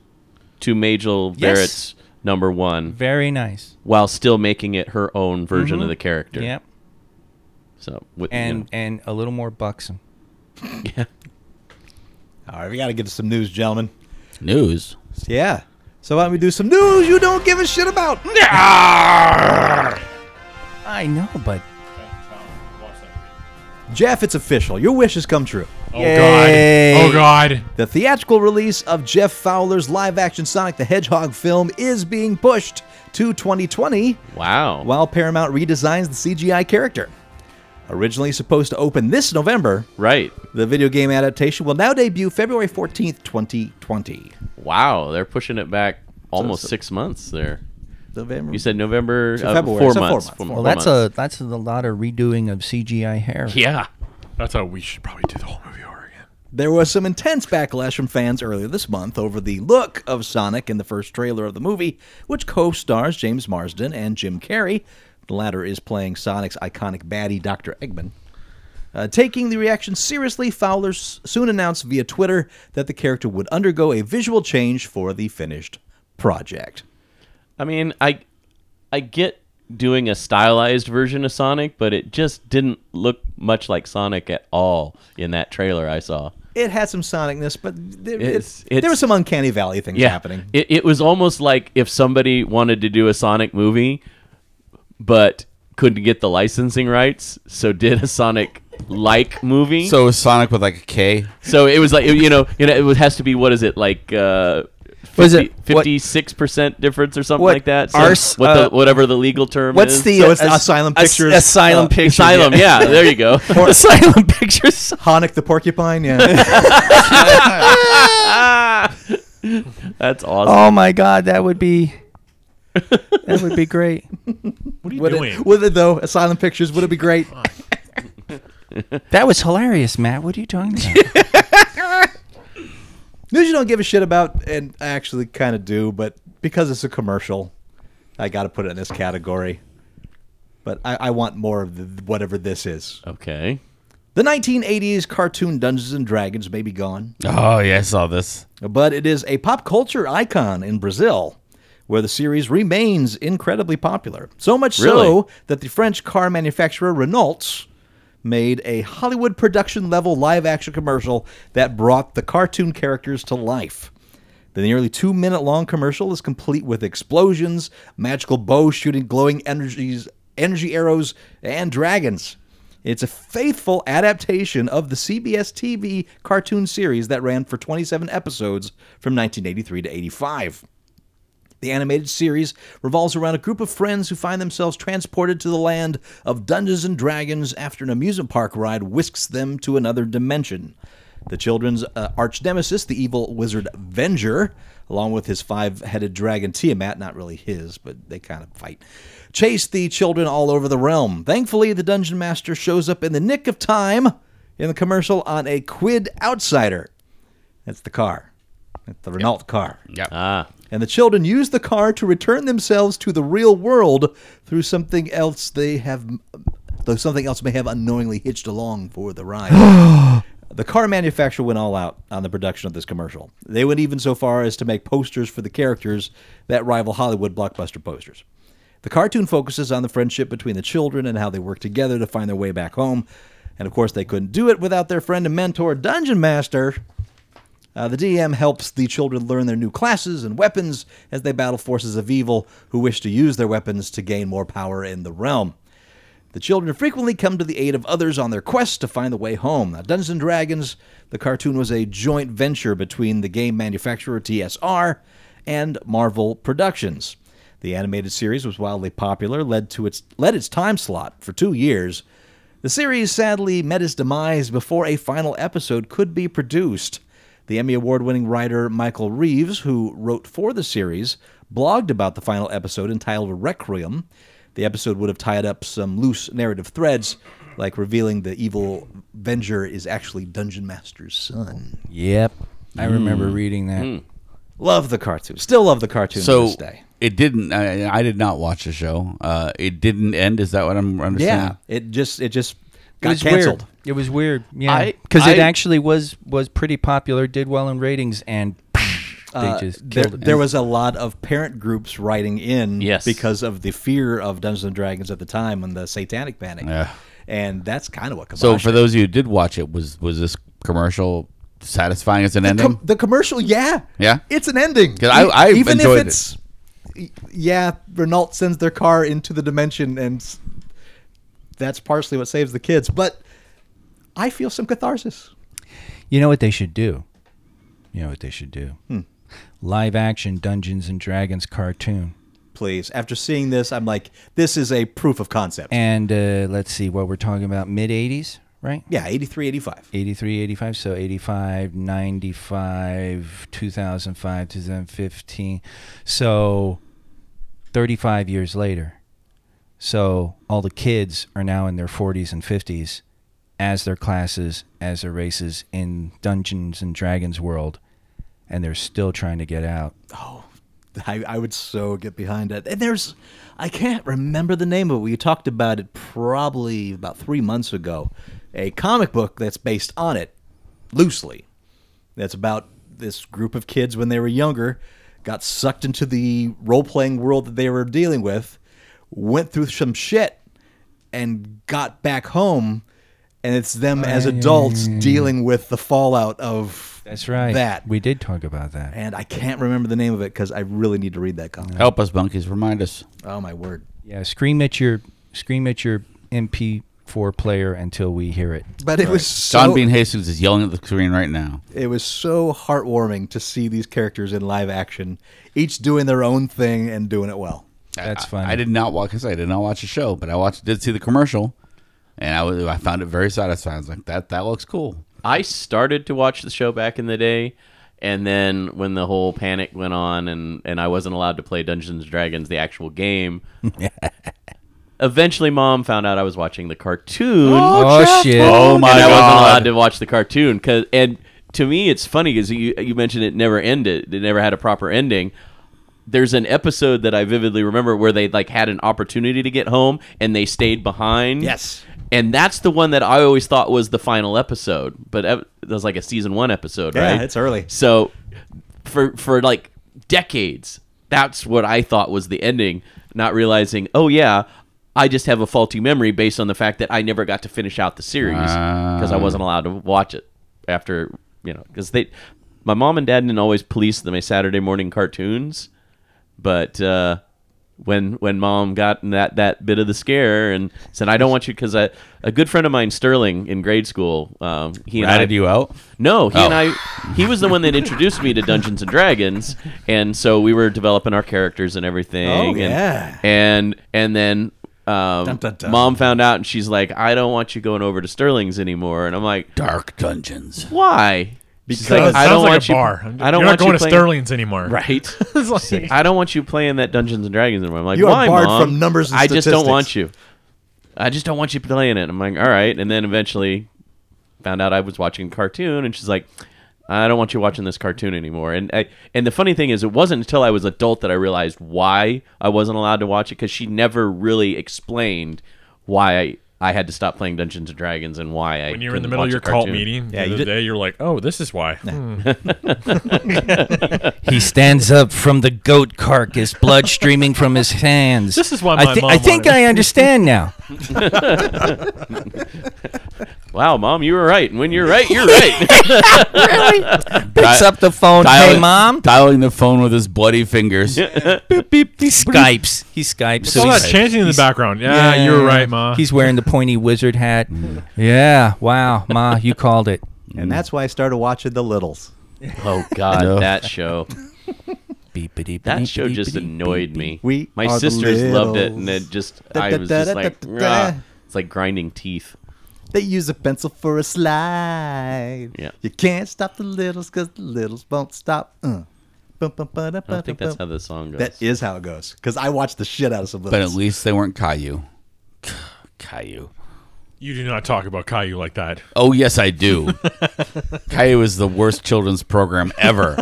to Majel
Yes.
Barrett's number one
very nice
while still making it her own version
Mm-hmm.
of the character.
yep
So with,
and
you know,
and a little more buxom
All right, we got to get to some news, gentlemen.
News.
Yeah. So why don't we do some news you don't give a shit about?
i know but
Jeff, it's official. Your wish has come true.
Oh god! Oh god!
The theatrical release of Jeff Fowler's live-action Sonic the Hedgehog film is being pushed to 2020
wow.
while Paramount redesigns the CGI character. Originally supposed to open this November,
Right.
the video game adaptation will now debut February 14th, 2020.
Wow. They're pushing it back almost six months there.
November.
You said November
So
uh,
February,
four,
so four
months,
months,
four-
four
well
four
that's
months.
a that's a lot of redoing of cgi hair
Yeah, that's how we should probably do the whole movie over again.
There was some intense backlash from fans earlier this month over the look of Sonic in the first trailer of the movie, which co stars James Marsden and Jim Carrey. The latter is playing Sonic's iconic baddie, Dr. Eggman. Uh, taking the reaction seriously, Fowler s- soon announced via Twitter that the character would undergo a visual change for the finished project.
I mean, I I get doing a stylized version of Sonic, but it just didn't look much like Sonic at all in that trailer I saw.
It had some Sonicness, but there, it-
It's- it's-
there was some uncanny valley things
yeah.
happening.
It, it was almost like if somebody wanted to do a Sonic movie, but couldn't get the licensing rights, so did a Sonic like movie.
So is Sonic with like a K.
So it was like you know, you know, it has to be what is it like? Uh,
Was it- what-
fifty-six percent difference or something
What
like that? So
arse-
what
uh,
the, whatever the legal term
What's
is. Uh,
the uh,
So it's Asylum
as-
Pictures,
Asylum Pictures.
asylum? Yeah, there you go.
asylum Pictures.
Honick the porcupine. Yeah.
That's awesome.
Oh my God, that would be that would be great.
What are you
would,
doing?
it, would it though? Asylum Pictures. Would it be great?
That was hilarious, Matt. What are you talking about?
News you don't give a shit about, and I actually kind of do, but because it's a commercial, I got to put it in this category. But I, I want more of the, whatever this is.
Oh.
Okay.
The 1980s cartoon Dungeons and Dragons may be gone,
Oh yeah, I saw this.
but it is a pop culture icon in Brazil, where the series remains incredibly popular. So much
Really?
so that the French car manufacturer Renault made a Hollywood production level live action commercial that brought the cartoon characters to life. The nearly two minute long commercial is complete with explosions, magical bows shooting glowing energies, energy arrows, and dragons. It's a faithful adaptation of the CBS TV cartoon series that ran for 27 episodes from 1983 to 85. The animated series revolves around a group of friends who find themselves transported to the land of Dungeons and Dragons after an amusement park ride whisks them to another dimension. The children's uh, arch nemesis, the evil wizard Venger, along with his five headed dragon Tiamat, not really his, but they kind of fight, chase the children all over the realm. Thankfully, the dungeon master shows up in the nick of time in the commercial on a quid outsider. That's the car, that's the Renault car
Yeah.
Ah,
and the children use the car to return themselves to the real world through something else they have though something else may have unknowingly hitched along for the ride. the car manufacturer went all out on the production of this commercial. They went even so far as to make posters for the characters that rival Hollywood blockbuster posters. The cartoon focuses on the friendship between the children and how they work together to find their way back home. And of course, they couldn't do it without their friend and mentor, Dungeon Master, uh, the DM helps the children learn their new classes and weapons as they battle forces of evil who wish to use their weapons to gain more power in the realm. The children frequently come to the aid of others on their quest to find the way home. Now, Dungeons and Dragons, the cartoon was a joint venture between the game manufacturer TSR and Marvel Productions. The animated series was wildly popular, led to its led its time slot for two years. The series sadly met its demise before a final episode could be produced. The Emmy Award winning writer Michael Reeves, who wrote for the series, blogged about the final episode entitled Requiem. The episode would have tied up some loose narrative threads, like revealing the evil Venger is actually Dungeon Master's son.
yep, I remember reading that.
Love the cartoon. Still love the cartoon to
So
this day.
it didn't. I, I did not watch the show. Uh, it didn't end. Is that what I'm
Yeah.
understanding?
It just it just
Hmm. It
got
was
canceled.
weird. It was weird. Yeah,
I-
because it
I-
actually was was pretty popular. Did well in ratings, and uh, they just
There,
killed it.
there was a lot of parent groups writing in
Yes.
because of the fear of Dungeons and Dragons at the time and the satanic panic.
Yeah.
And that's kind of what
So
kiboshed
for those of you who did watch it, was was this commercial satisfying as an ending?
Com- the commercial, yeah,
Yeah?
it's an ending.
'Cause I- I
even
enjoyed
if it's yeah, Renault sends their car into the dimension, and s- that's partially what saves the kids. But I feel some catharsis.
You know what they should do? You know what they should do?
Hmm.
Live action Dungeons and Dragons cartoon.
Please, after seeing this, I'm like, this is a proof of concept.
And uh, let's see what we're talking about mid 80s, right?
yeah, 83, 85.
83, 85, so 85, 95, 2005, 2015. So 35 years later. So all the kids are now in their 40s and 50s as their classes, as their races in Dungeons and Dragons world, and they're still trying to get out.
I, I would so get behind it. And there's, I can't remember the name of it. We talked about it probably about three months ago. A comic book that's based on it, loosely. That's about this group of kids when they were younger, got sucked into the role playing world that they were dealing with, went through some shit, and got back home. And it's them as adults dealing with the fallout of
That's right.
that.
we did talk about that.
and I can't remember the name of it because I really need to read that comic.
Help us, monkeys. Remind us.
Oh my word!
Yeah, scream at your scream at your MP4 player until we hear it.
But it was so
John Bean Hastings is yelling at the screen right now.
it was so heartwarming to see these characters in live action, each doing their own thing and doing it well.
That's
I-
fun.
I, did not watch because I did not watch the show, but I watched did see the commercial, and I was I found it very satisfying. I was like that that looks cool.
I started to watch the show back in the day, and then when the whole panic went on and, and I wasn't allowed to play Dungeons and Dragons, the actual game, eventually mom found out I was watching the cartoon.
Oh shit!
Oh my
and I wasn't allowed
god!
to watch the cartoon. Cause, and to me, it's funny because you, you mentioned it never ended, it never had a proper ending. There's an episode that I vividly remember where they like had an opportunity to get home and they stayed behind.
Yes.
And that's the one that I always thought was the final episode, but ev- that was like a season one episode,
Yeah,
right?
it's early.
So for for like decades, that's what I thought was the ending, not realizing, oh yeah, I just have a faulty memory based on the fact that I never got to finish out the series because I wasn't allowed to watch it after you know because they, my mom and dad didn't always police my Saturday morning cartoons, but. uh when when mom got in that that bit of the scare and said I don't want you because a good friend of mine Sterling in grade school um, he and I,
Ratted you out.
no, he and
Oh.
I he was the one that introduced me to Dungeons and Dragons and so we were developing our characters and everything
Oh,
and
yeah.
and and then um,
dun, dun.
mom found out and she's like I don't want you going over to Sterling's anymore and I'm like
Dark Dungeons.
why? Because
Sounds like a bar.
I don't want
You're not going
you
to
playing,
Sterling's anymore.
Right. I don't want you playing that Dungeons and Dragons anymore. I'm like,
You are
why,
barred
Mom?
from numbers and
I just don't
statistics."
want you. I just don't want you playing it. I'm like, all right. And then eventually, found out I was watching a cartoon, and she's like, I don't want you watching this cartoon anymore. And I, and the funny thing is, it wasn't until I was adult that I realized why I wasn't allowed to watch it because she never really explained why I, I had to stop playing Dungeons and Dragons and why I.
When you're in
couldn't
the middle of
watch
your
a
cult
cartoon.
meeting, yeah,
Yeah,
the
you
other
did-
day you're like, "Oh, this is why." Hmm.
He stands up from the goat carcass, blood streaming from his hands.
This is why
I,
my
thi-
mom
I think
wanted-
I understand now.
Wow, mom, you were right. And when you're right, you're right.
Picks up the phone.
Dial-
hey, mom.
Dialing the phone with his bloody fingers.
He skypes. He skypes.
It's all that
he's-
chanting in the
he's-
background. Yeah, you were right, ma. Mm.
He's wearing the pointy wizard hat. Yeah. Wow, ma, you called it.
And that's why I started watching The Littles.
oh God,
No.
that show.
Beepity,
That
beep,
show
beep,
just
beep,
annoyed
beep,
me.
We
my
are the
sisters loved it, and
littles.
it just
Da,
I
da,
was
da, da,
just like,
da, da,
"Rah."
da.
it's like grinding teeth.
They use a pencil for a slide.
Yeah.
You can't stop the littles because the littles won't stop. Uh. Bum, bum, ba, da,
I
ba,
don't think
da,
that's how
bum.
the song goes.
That is how it goes. Because I watched the shit out of some
But at
littles.
least they weren't Caillou. Caillou.
you do not talk about Caillou like that.
Oh yes, I do. Caillou is the worst children's program ever.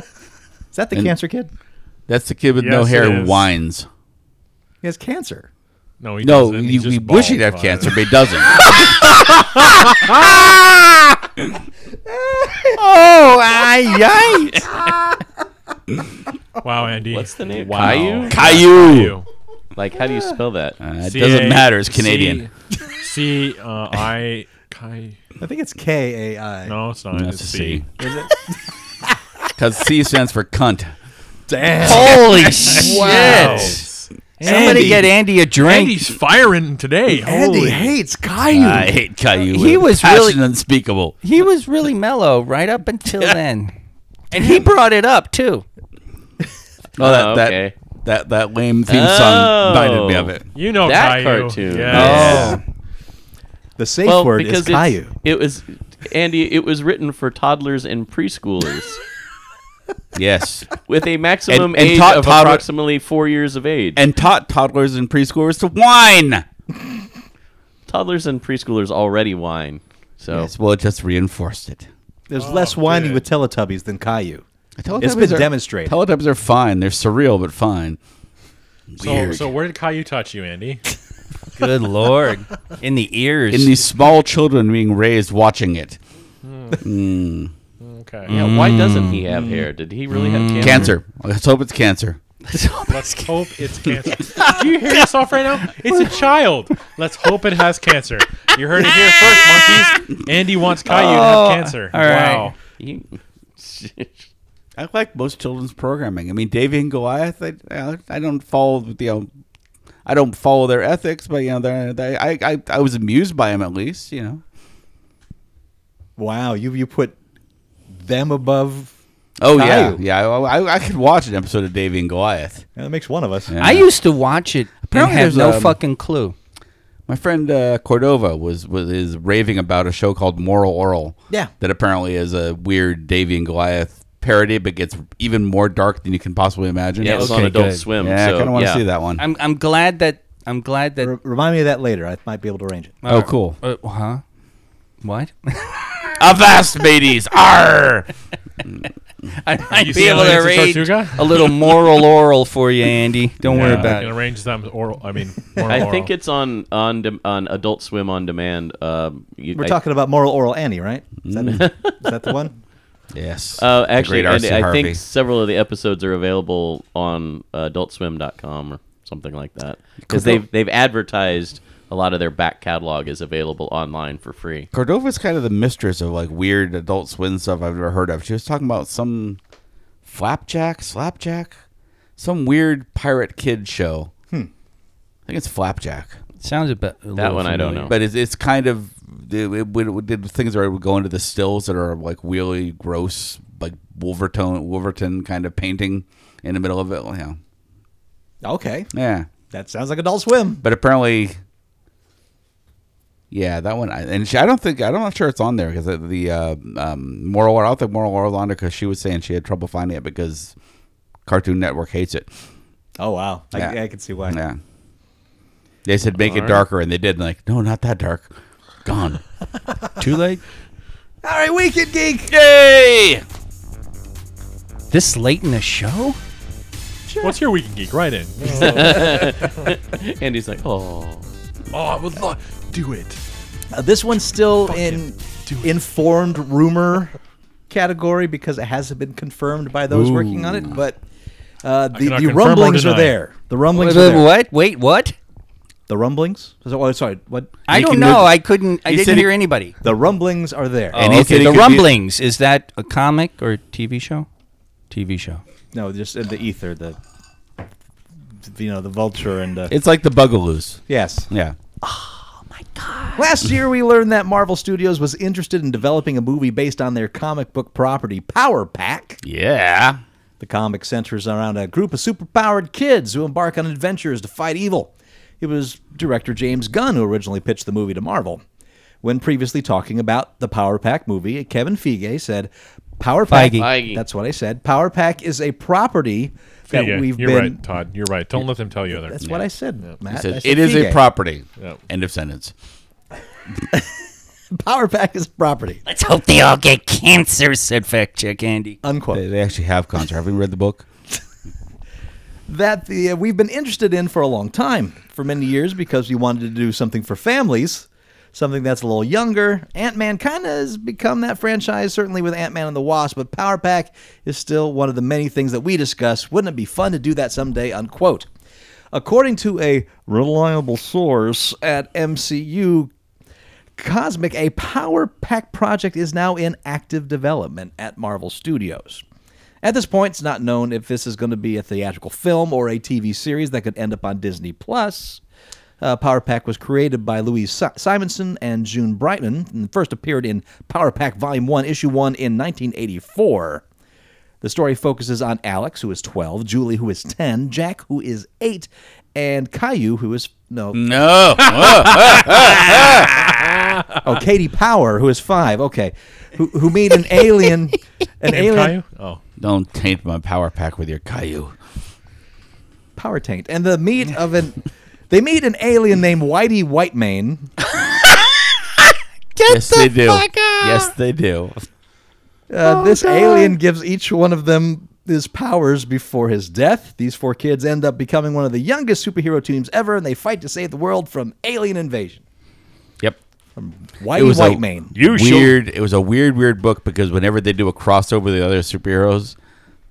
is that the
and-
cancer kid?
That's the kid with no
Yes,
hair
it
and
is.
whines.
He has cancer.
No, he
No,
doesn't.
you,
He's
we
just
wish he'd
bald
have
about
cancer,
it.
but he doesn't.
Oh, ay, ay.
Wow, Andy.
What's the name?
Wow.
Caillou?
Caillou.
Like, how do you spell that?
Uh, it doesn't matter. It's Canadian.
C uh, I Kai.
I think it's K A I.
No, it's not.
That's
It's
a
C.
C. Because C stands for cunt.
Damn.
Holy shit! Somebody
Andy.
get Andy a drink.
Andy's firing today.
Andy
Holy.
hates Caillou.
I hate Caillou.
He
with
was
passion
really- Oh,
unspeakable.
He was really mellow right up until then. And he brought it up too.
Oh, that,
Oh,
that-
okay.
that, that lame theme
Oh.
song reminded me of it.
You know
That
Caillou.
cartoon.
Yes.
The safe
Well,
word
because
is
it's-
Caillou.
it was Andy. It was written for toddlers and preschoolers
Yes.
with a maximum
And- and
age
tot-
of
toddler-
approximately four years of age.
And taught toddlers and preschoolers to whine.
toddlers and preschoolers already whine.
Oh.
So
Yes, well, it just reinforced it.
There's less whining with Teletubbies than Caillou. It's been
Teletubbies are-
demonstrated.
Teletubbies are fine. They're surreal, but fine.
So,
Oh, Weird.
so where did Caillou touch you, Andy?
Good lord. In the ears.
In these small children being raised watching it.
Okay.
yeah, why doesn't he
Mm.
have hair? Did he really have cancer?
Cancer. Let's hope it's cancer.
Let's hope it's cancer. Do you hear yourself right now? It's a child. Let's hope it has cancer. You heard it here first, monkeys. Andy wants Caillou to have cancer.
all right.
Wow.
He-
I like most children's programming. I mean, Davy and Goliath. I, I don't follow. You know, I don't follow their ethics, but you know, they're, they, I, I, I was amused by them at least. You know.
Wow, you you put them above.
Oh yeah,
Caillou.
yeah. I, I, I could watch an episode of Davy and Goliath.
Yeah, that makes one of us.
I used to watch it and
Apparently
have
there's,
no
um,
fucking clue.
My friend uh, Cordova was was is raving about a show called Moral Oral.
Yeah.
that apparently is a weird Davy and Goliath parody, but gets even more dark than you can possibly imagine.
Yeah, it was
Okay,
on Adult
good.
Swim.
Yeah, I
so,
kind of want to
yeah.
see that one.
I'm I'm glad that I'm glad that.
R- remind me of that later. I might be able to arrange it.
oh, cool.
Uh, huh? What?
Avast, mateys! Arr!
I might
You
be
seen
able to
Ladies of
arrange
Tortuga?
a little moral oral for you, Andy. Don't worry about
Can
it.
arrange them oral. I mean,
I think it's on on dem- on Adult Swim on demand. Um, you,
We're
I-
talking about moral oral Annie, right? Is that, is that the one?
Yes.
Uh,
The
actually,
great
and
R.C.
I
Harvey.
think several of the episodes are available on uh, AdultSwim.com or something like that because they've they've advertised a lot of their back catalog is available online for free.
Cordova's kind of the mistress of like weird adult swim stuff I've never heard of. She was talking about some flapjack, slapjack, some weird pirate kid show. Hmm. I think it's flapjack,
Sounds about a
That
little
one I don't
familiar.
know.
but it's it's kind of it, it, would- it did things where it would go into the stills that are like really gross, like Wolverton Wolverton kind of painting in the middle of it. Yeah,
Okay,
yeah.
that sounds like Adult Swim.
But apparently, yeah, that one. I- And she, I don't think I'm not sure it's on there because the uh, um, moral. I don't think moral was on there because she was saying she had trouble finding it because Cartoon Network hates it.
Oh wow, I,
Yeah.
I can see why.
Yeah, they said make it darker, and they did. And like, no, not that dark. Gone.
Too late.
All right, Weekend Geek.
Yay!
This late in the show?
What's your weekend geek? Right in.
Andy's like, oh,
oh, I would love. Do it.
Uh, this one's still in informed rumor category because it hasn't been confirmed by those working on it, but uh, the,
cannot
the
confirm or
rumblings are
deny.
there. The rumblings are there.
What? Wait, what?
The rumblings? Is that- Oh, sorry. What?
I don't
can
know.
move-
I couldn't. I
He
didn't
said he-
hear anybody.
The rumblings are there.
And
Oh,
he
okay.
said it
the
could be-
Rumblings is that a comic or a TV show? TV show.
No, just in the ether, the you know, the vulture and the
It's like the Bugaloos.
yes.
Yeah.
Last year, we learned that Marvel Studios was interested in developing a movie based on their comic book property, Power Pack.
Yeah.
The comic centers around a group of superpowered kids who embark on adventures to fight evil. It was director James Gunn who originally pitched the movie to Marvel. When previously talking about the Power Pack movie, Kevin Feige said, "Power Pack."
Feige.
Feige.
That's what I said. Power Pack is a property that
Yeah,
we've
you're
been.
right, Todd. You're right. Don't let them tell you other.
That's what I said, Matt.
He
I
said
said
it is a
Feige.
property.
Yeah.
End of sentence.
Power Pack is property.
Let's hope they all get cancer, said Fact Check Andy.
Unquote.
They, they actually have concert. Have you read the book?
that the, uh, we've been interested in for a long time, for many years, because we wanted to do something for families, something that's a little younger. Ant Man kind of has become that franchise, certainly with Ant Man and the Wasp, but Power Pack is still one of the many things that we discuss. Wouldn't it be fun to do that someday? Unquote. According to a reliable source at MCU Cosmic, a Power Pack project is now in active development at Marvel Studios. At this point, it's not known if this is going to be a theatrical film or a TV series that could end up on Disney Plus. Uh, Power Pack was created by Louise Si- Simonson and June Brightman and first appeared in Power Pack Volume 1, Issue 1 in 1984. The story focuses on Alex, who is 12, Julie, who is 10, Jack, who is 8, and Caillou, who is. No.
No.
Oh, Katie Power, who is 5. Okay. Who, who meet an alien. An
Name
alien.
Caillou? Oh,
Don't taint my power pack with your Caillou.
power taint and the meat of an they meet an alien named whitey Uh, whitemane
yes, they do. Yes, they do.
uh, this alien gives each one of them his powers before his death these four kids end up becoming one of the youngest superhero teams ever and they fight to save the world from alien invasion
Yep.
whitey whitemane
You shall-
weird. It was a weird, weird book because whenever they do a crossover with the other superheroes,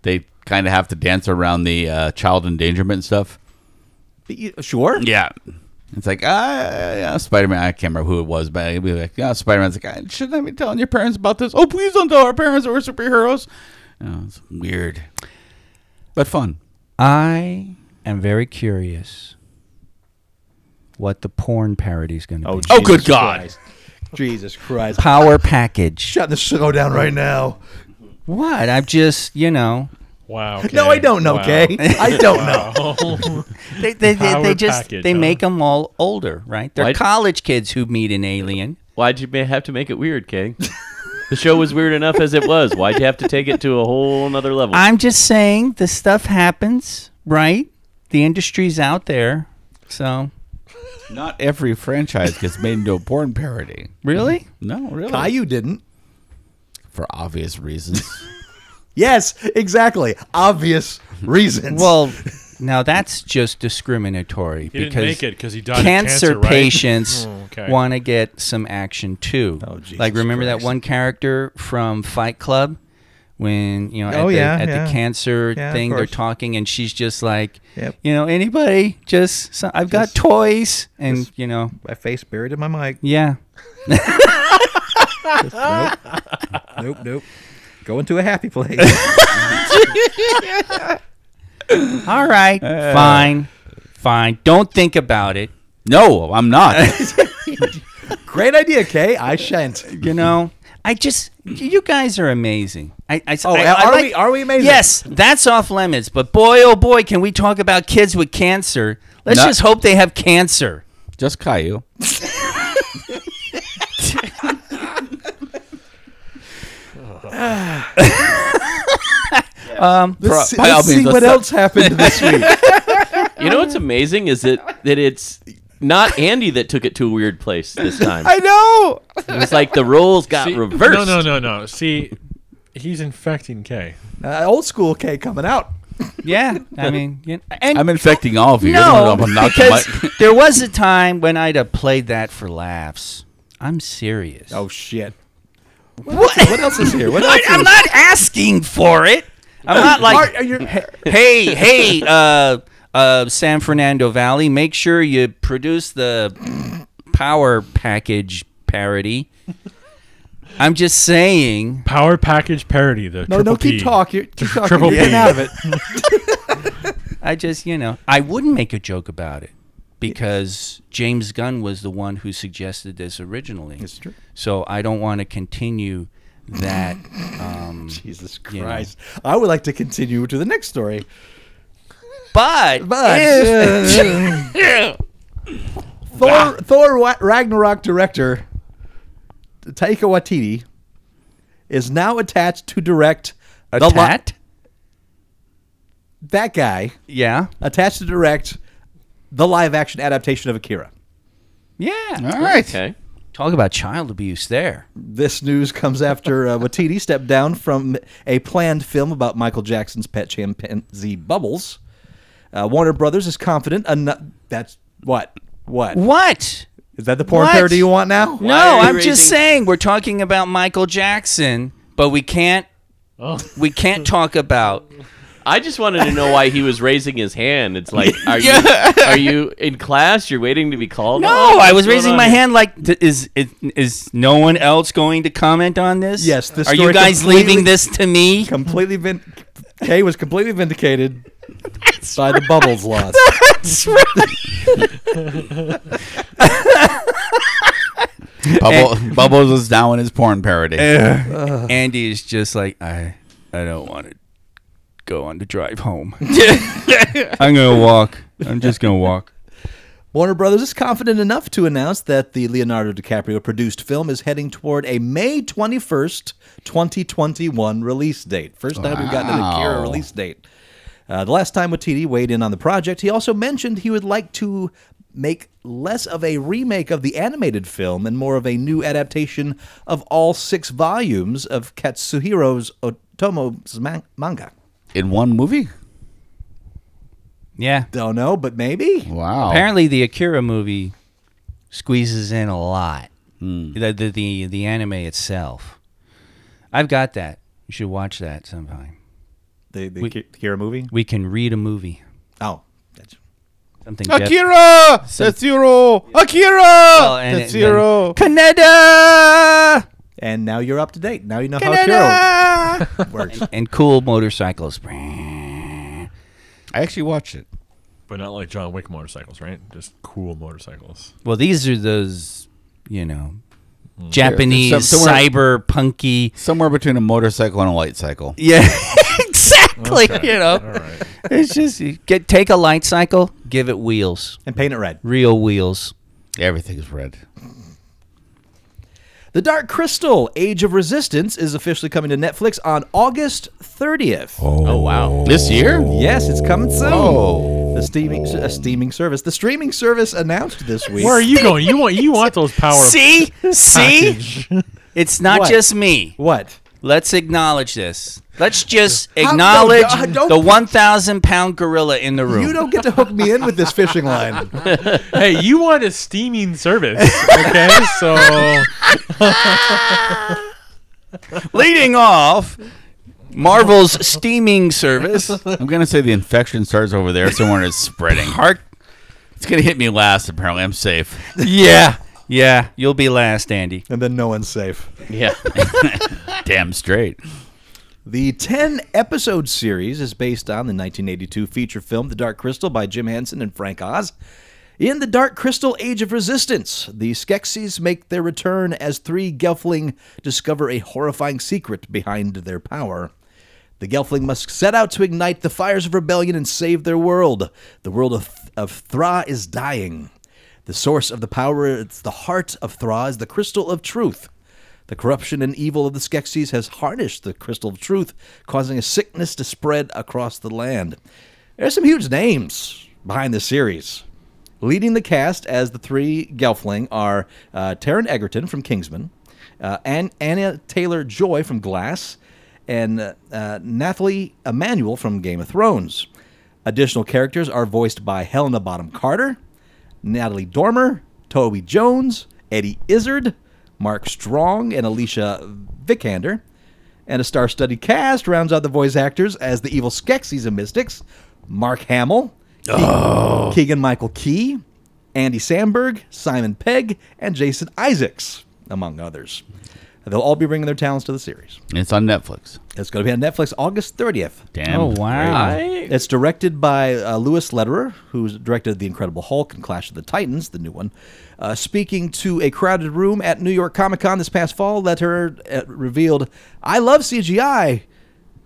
they kind of have to dance around the uh, child endangerment stuff.
Y- sure
Yeah. It's like, ah, yeah, Spider Man. I can't remember who it was, but it'd be like, yeah, Spider Man's like, I shouldn't I be telling your parents about this? Oh, please don't tell our parents that we're superheroes. You know, it's weird, but fun.
I am very curious what the porn parody's going to be.
Oh, good God.
Jesus Christ.
Power package.
Shut this show down right now.
What? I'm just, you know,
Wow.
No, I don't know, Kay. I don't know.
know.
they they, they,
Power
they just
package,
they
huh?
make them all older, right? They're
Why-
college kids who meet an alien.
Why'd you ma- have to make it weird, Kay? the show was weird enough as it was. Why'd you have to take it to a whole nother level?
I'm just saying the stuff happens, right? The industry's out there. So,
Not every franchise gets made into a porn parody.
really?
No, really.
Caillou didn't.
For obvious reasons.
Yes, exactly. Obvious reasons.
Well, now that's just discriminatory
He
because
didn't make it 'cause he died of
cancer,
cancer, right?
patients
Oh, okay.
want to get some action too. Oh, like remember that one character from Fight Club when you know at,
Oh,
the,
yeah,
at
yeah.
the cancer
Yeah, of
thing they're
course.
talking and she's just like
Yep.
you know anybody just so, I've got toys and you know
my face buried in my mic.
yeah
Nope, nope. Go into a happy place.
all right
Uh.
fine fine don't think about it
no, I'm not.
Great idea, Kay. I shan't.
you know i just you guys are amazing i, I
Oh,
I-
are
I like-
we- are we amazing?
yes that's off limits but boy oh boy can we talk about kids with cancer let's
No.
just hope they have cancer
Just Caillou.
Let's,
by all
let's see
means, let's stop.
what else happened this week.
you know what's amazing is that that it's not Andy that took it to a weird place this time.
know
It's like the roles got
See,
reversed.
No, no, no, no. See, he's infecting Kay.
Uh, old school Kay coming out.
yeah i mean you and
I'm infecting all of you.
no
I'm not
because there was a time when i'd have played that for laughs i'm serious
Oh shit.
what,
What else is here? What
I,
else
i'm
is-
not asking for it i'm not like
Are- are you-
hey, hey, uh, uh, San Fernando Valley, make sure you produce the power package parody. I'm just saying.
Power package parody. The
no, no, keep talking. Keep talking.
Triple
You're
P.
getting out of it.
I just, you know, I wouldn't make a joke about it because James Gunn was the one who suggested this originally.
true.
So I don't want to continue that. Um,
Jesus
You know.
Christ. I would like to continue to the next story.
but,
But
if-
Thor, Thor Wa- Ragnarok director Taika Waititi is now attached to direct the li-
that,
that guy
yeah,
attached to direct the live action adaptation of Akira.
yeah.
all right.
Okay.
Talk about child abuse there.
This news comes after uh, Watiti stepped down from a planned film about Michael Jackson's pet chimpanzee Bubbles. Uh, Warner Brothers is confident. Eno- that's what? What
What?
is that? The porn
What?
parody you want now?
No,
are you
I'm just
raising-
saying we're talking about Michael Jackson, but we can't
Oh.
we can't talk about
I just wanted to know why he was raising his hand. It's like, are you are you in class? You're waiting to be called.
No,
on?
I was
Oh, What's going
raising
on
my
here?
hand like th- is is is no one else going to comment on this?
Yes, this
Are
story
you guys leaving
completely-
this to me?
Completely vin- Kay was completely vindicated by the Bubbles loss.
That's right.
Bubble, Bubbles is now in his porn parody.
Andy is just like I I don't want to go on the drive home. I'm going to walk. I'm just going to walk.
Warner Brothers is confident enough to announce that the Leonardo DiCaprio produced film is heading toward a May 21st, 2021 release date. First time we've gotten an Akira
Wow.
release date. Uh, the last time Watiti weighed in on the project, he also mentioned he would like to make less of a remake of the animated film and more of a new adaptation of all six volumes of Katsuhiro's Otomo's man- manga.
In one movie?
Yeah.
Don't know, but maybe.
Wow.
Apparently, the Akira movie squeezes in a lot.
Hmm.
The, the the the anime itself. I've got that. You should watch that sometime.
The, the Akira movie?
We can read a movie.
Oh, that's
Something. Jeff-
Akira! Setsuro! Akira!
and it-
Setsuro!
Kaneda
And now you're up to date. Now you know how Akira works.
and cool motorcycles.
I actually watched it.
But not like John Wick motorcycles, right? Just cool motorcycles.
Well, these are those, you know, Japanese
Some- somewhere-
cyber punky.
Somewhere between a motorcycle and a light cycle.
Yeah, exactly.
Okay.
You know,
All right.
it's just you get take a light cycle, give it wheels,
and paint it red.
real wheels.
Everything's red.
The Dark Crystal: Age of Resistance is officially coming to Netflix on August 30th.
Oh wow! This year?
Yes, it's coming soon.
Oh.
The steaming, a steaming service. The streaming service announced this week.
Where are you going? You want you want those power?
See, see, it's not
What?
just me.
What?
Let's acknowledge this. Let's just
no,
acknowledge
don't- don't-
the one thousand pound gorilla in the room.
You don't get to hook me in with this fishing line.
hey, you want a steaming service? Okay, so
Leading off, Marvel's steaming service.
I'm gonna say the infection starts over there somewhere and it's spreading. Heart. It's gonna hit me last. Apparently, I'm safe.
yeah, yeah, you'll be last, Andy.
And then no one's safe.
Yeah.
Damn straight.
The 10 episode series is based on the 1982 feature film The Dark Crystal by Jim Henson and Frank Oz. In The Dark Crystal Age of Resistance, the Skeksis make their return as three Gelfling discover a horrifying secret behind their power. The Gelfling must set out to ignite the fires of rebellion and save their world. The world of, of Thra is dying. The source of the power, it's the heart of Thra, is the crystal of truth. The corruption and evil of the Skeksis has harnessed the crystal of truth, causing a sickness to spread across the land. There's some huge names behind this series. Leading the cast as the three Gelfling are uh, Taryn Egerton from Kingsman, uh, An- Anna Taylor Joy from Glass, and uh, uh, Nathalie Emanuel from Game of Thrones. Additional characters are voiced by Helena Bottom Carter, Natalie Dormer, Toby Jones, Eddie Izzard, Mark Strong, and Alicia Vikander. And a star studded cast rounds out the voice actors as the evil Skeksis and Mystics Mark Hamill, Keegan Michael Key, Andy Samberg, Simon Pegg, and Jason Isaacs, among others. They'll all be bringing their talents to the series.
And It's on Netflix.
It's going to be on Netflix August 30th.
Damn.
It's directed by uh, Lewis Lederer, who's directed The Incredible Hulk and Clash of the Titans, the new one. Uh, speaking to a crowded room at New York Comic Con this past fall, Lederer uh, revealed, I love CGI,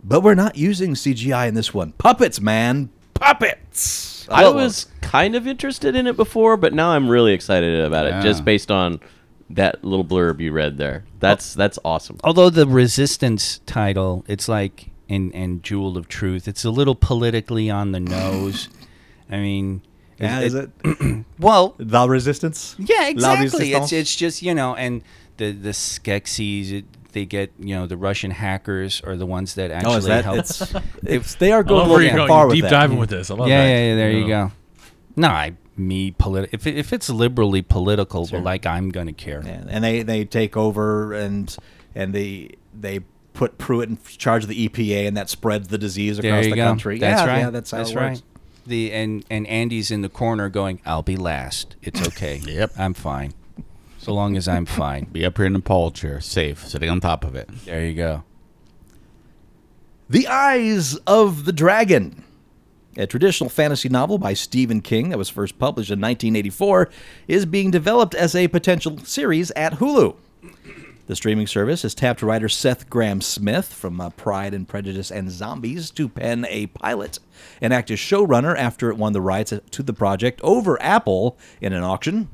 but we're not using CGI in this one. Puppets, man. Puppets.
I
love
was kind of interested in it before, but now I'm really excited about it
Yeah.
just based on that little blurb you read there.
Oh.
That's that's awesome.
Although the Resistance title, it's like and and Jewel of Truth. It's a little politically on the nose. I mean,
it. Yeah, is it?
well,
The Resistance?
yeah,
La
exactly. It's
Resistance?
it's just you know, and the the Skeksis. It, they get you know the Russian hackers are the ones that actually
Oh, is that?
help.
It's, it's, they are
I love
going a
where you're
little
going.
far
You're
with
deep
that.
diving with this. I love
yeah,
that.
yeah, yeah. There you
Yeah.
go. No, I me politi- if it, if it's liberally political, but like I'm gonna care.
and, and they they take over and and they they put Pruitt in charge of the EPA and that spreads the disease
There
across
you
the
go.
country.
That's
yeah,
right.
yeah, that's how it works.
right. The and and Andy's in the corner going, "I'll be last. It's okay.
Yep.
I'm fine. So long as I'm fine."
Be up here in a pole chair, safe, sitting on top of it.
There you go.
The Eyes of the Dragon, a traditional fantasy novel by Stephen King that was first published in 1984, is being developed as a potential series at Hulu. The streaming service has tapped writer Seth Graham Smith from uh, Pride and Prejudice and Zombies to pen a pilot and act as showrunner after it won the rights to the project over Apple in an auction.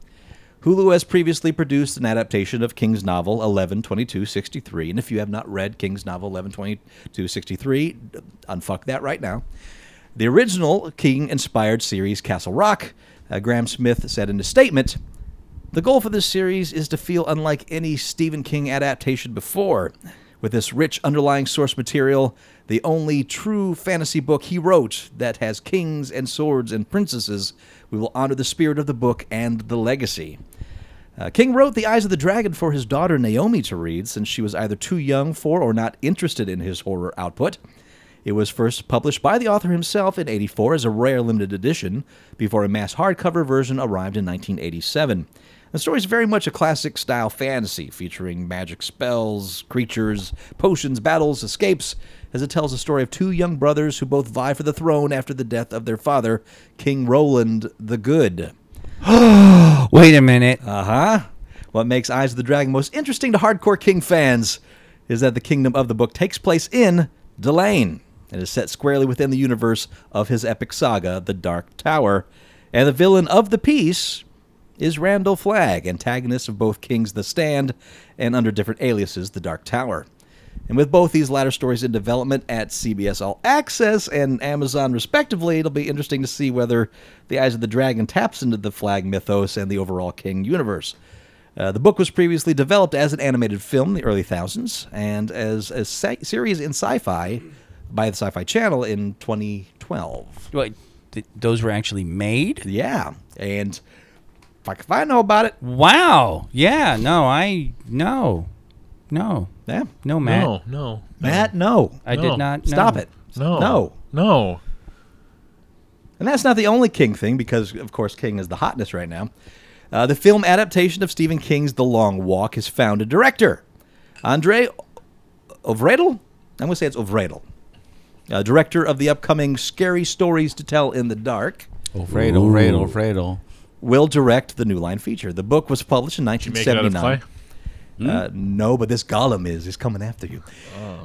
Hulu has previously produced an adaptation of King's novel 112263, and if you have not read King's novel 112263, unfuck that right now. The original King-inspired series Castle Rock, uh, Graham Smith said in a statement, the goal for this series is to feel unlike any Stephen King adaptation before. With this rich underlying source material, the only true fantasy book he wrote that has kings and swords and princesses, we will honor the spirit of the book and the legacy. Uh, King wrote The Eyes of the Dragon for his daughter Naomi to read since she was either too young for or not interested in his horror output. It was first published by the author himself in 84 as a rare limited edition before a mass hardcover version arrived in 1987. The story is very much a classic style fantasy, featuring magic spells, creatures, potions, battles, escapes, as it tells the story of two young brothers who both vie for the throne after the death of their father, King Roland the Good.
Wait a minute.
Uh huh. What makes Eyes of the Dragon most interesting to hardcore King fans is that the kingdom of the book takes place in Delane and is set squarely within the universe of his epic saga, The Dark Tower. And the villain of the piece is Randall Flagg, antagonist of both King's The Stand and under different aliases, The Dark Tower. And with both these latter stories in development at CBS All Access and Amazon, respectively, it'll be interesting to see whether The Eyes of the Dragon taps into the flag mythos and the overall King universe. Uh, the book was previously developed as an animated film in the early thousands and as a se- series in sci fi by the Sci Fi Channel in 2012.
Wait, th- those were actually made?
Yeah. And if I, if I know about it,
Wow. Yeah. No, I no, no,
yeah.
no, Matt.
No, no,
Matt, no.
I
No.
did not. no.
Stop it.
no,
No.
no.
And that's not the only King thing, because, of course, King is the hotness right now. Uh, the film adaptation of Stephen King's The Long Walk has found a director. Andre Ovredel? I'm going to say it's Ovredel. Uh, director of the upcoming Scary Stories to Tell in the Dark
Alfredo, Alfredo, Alfredo.
will direct the New Line feature. The book was published in
You make it out of
1979.
clay.
Uh, no, but this Gollum is. He's coming after you.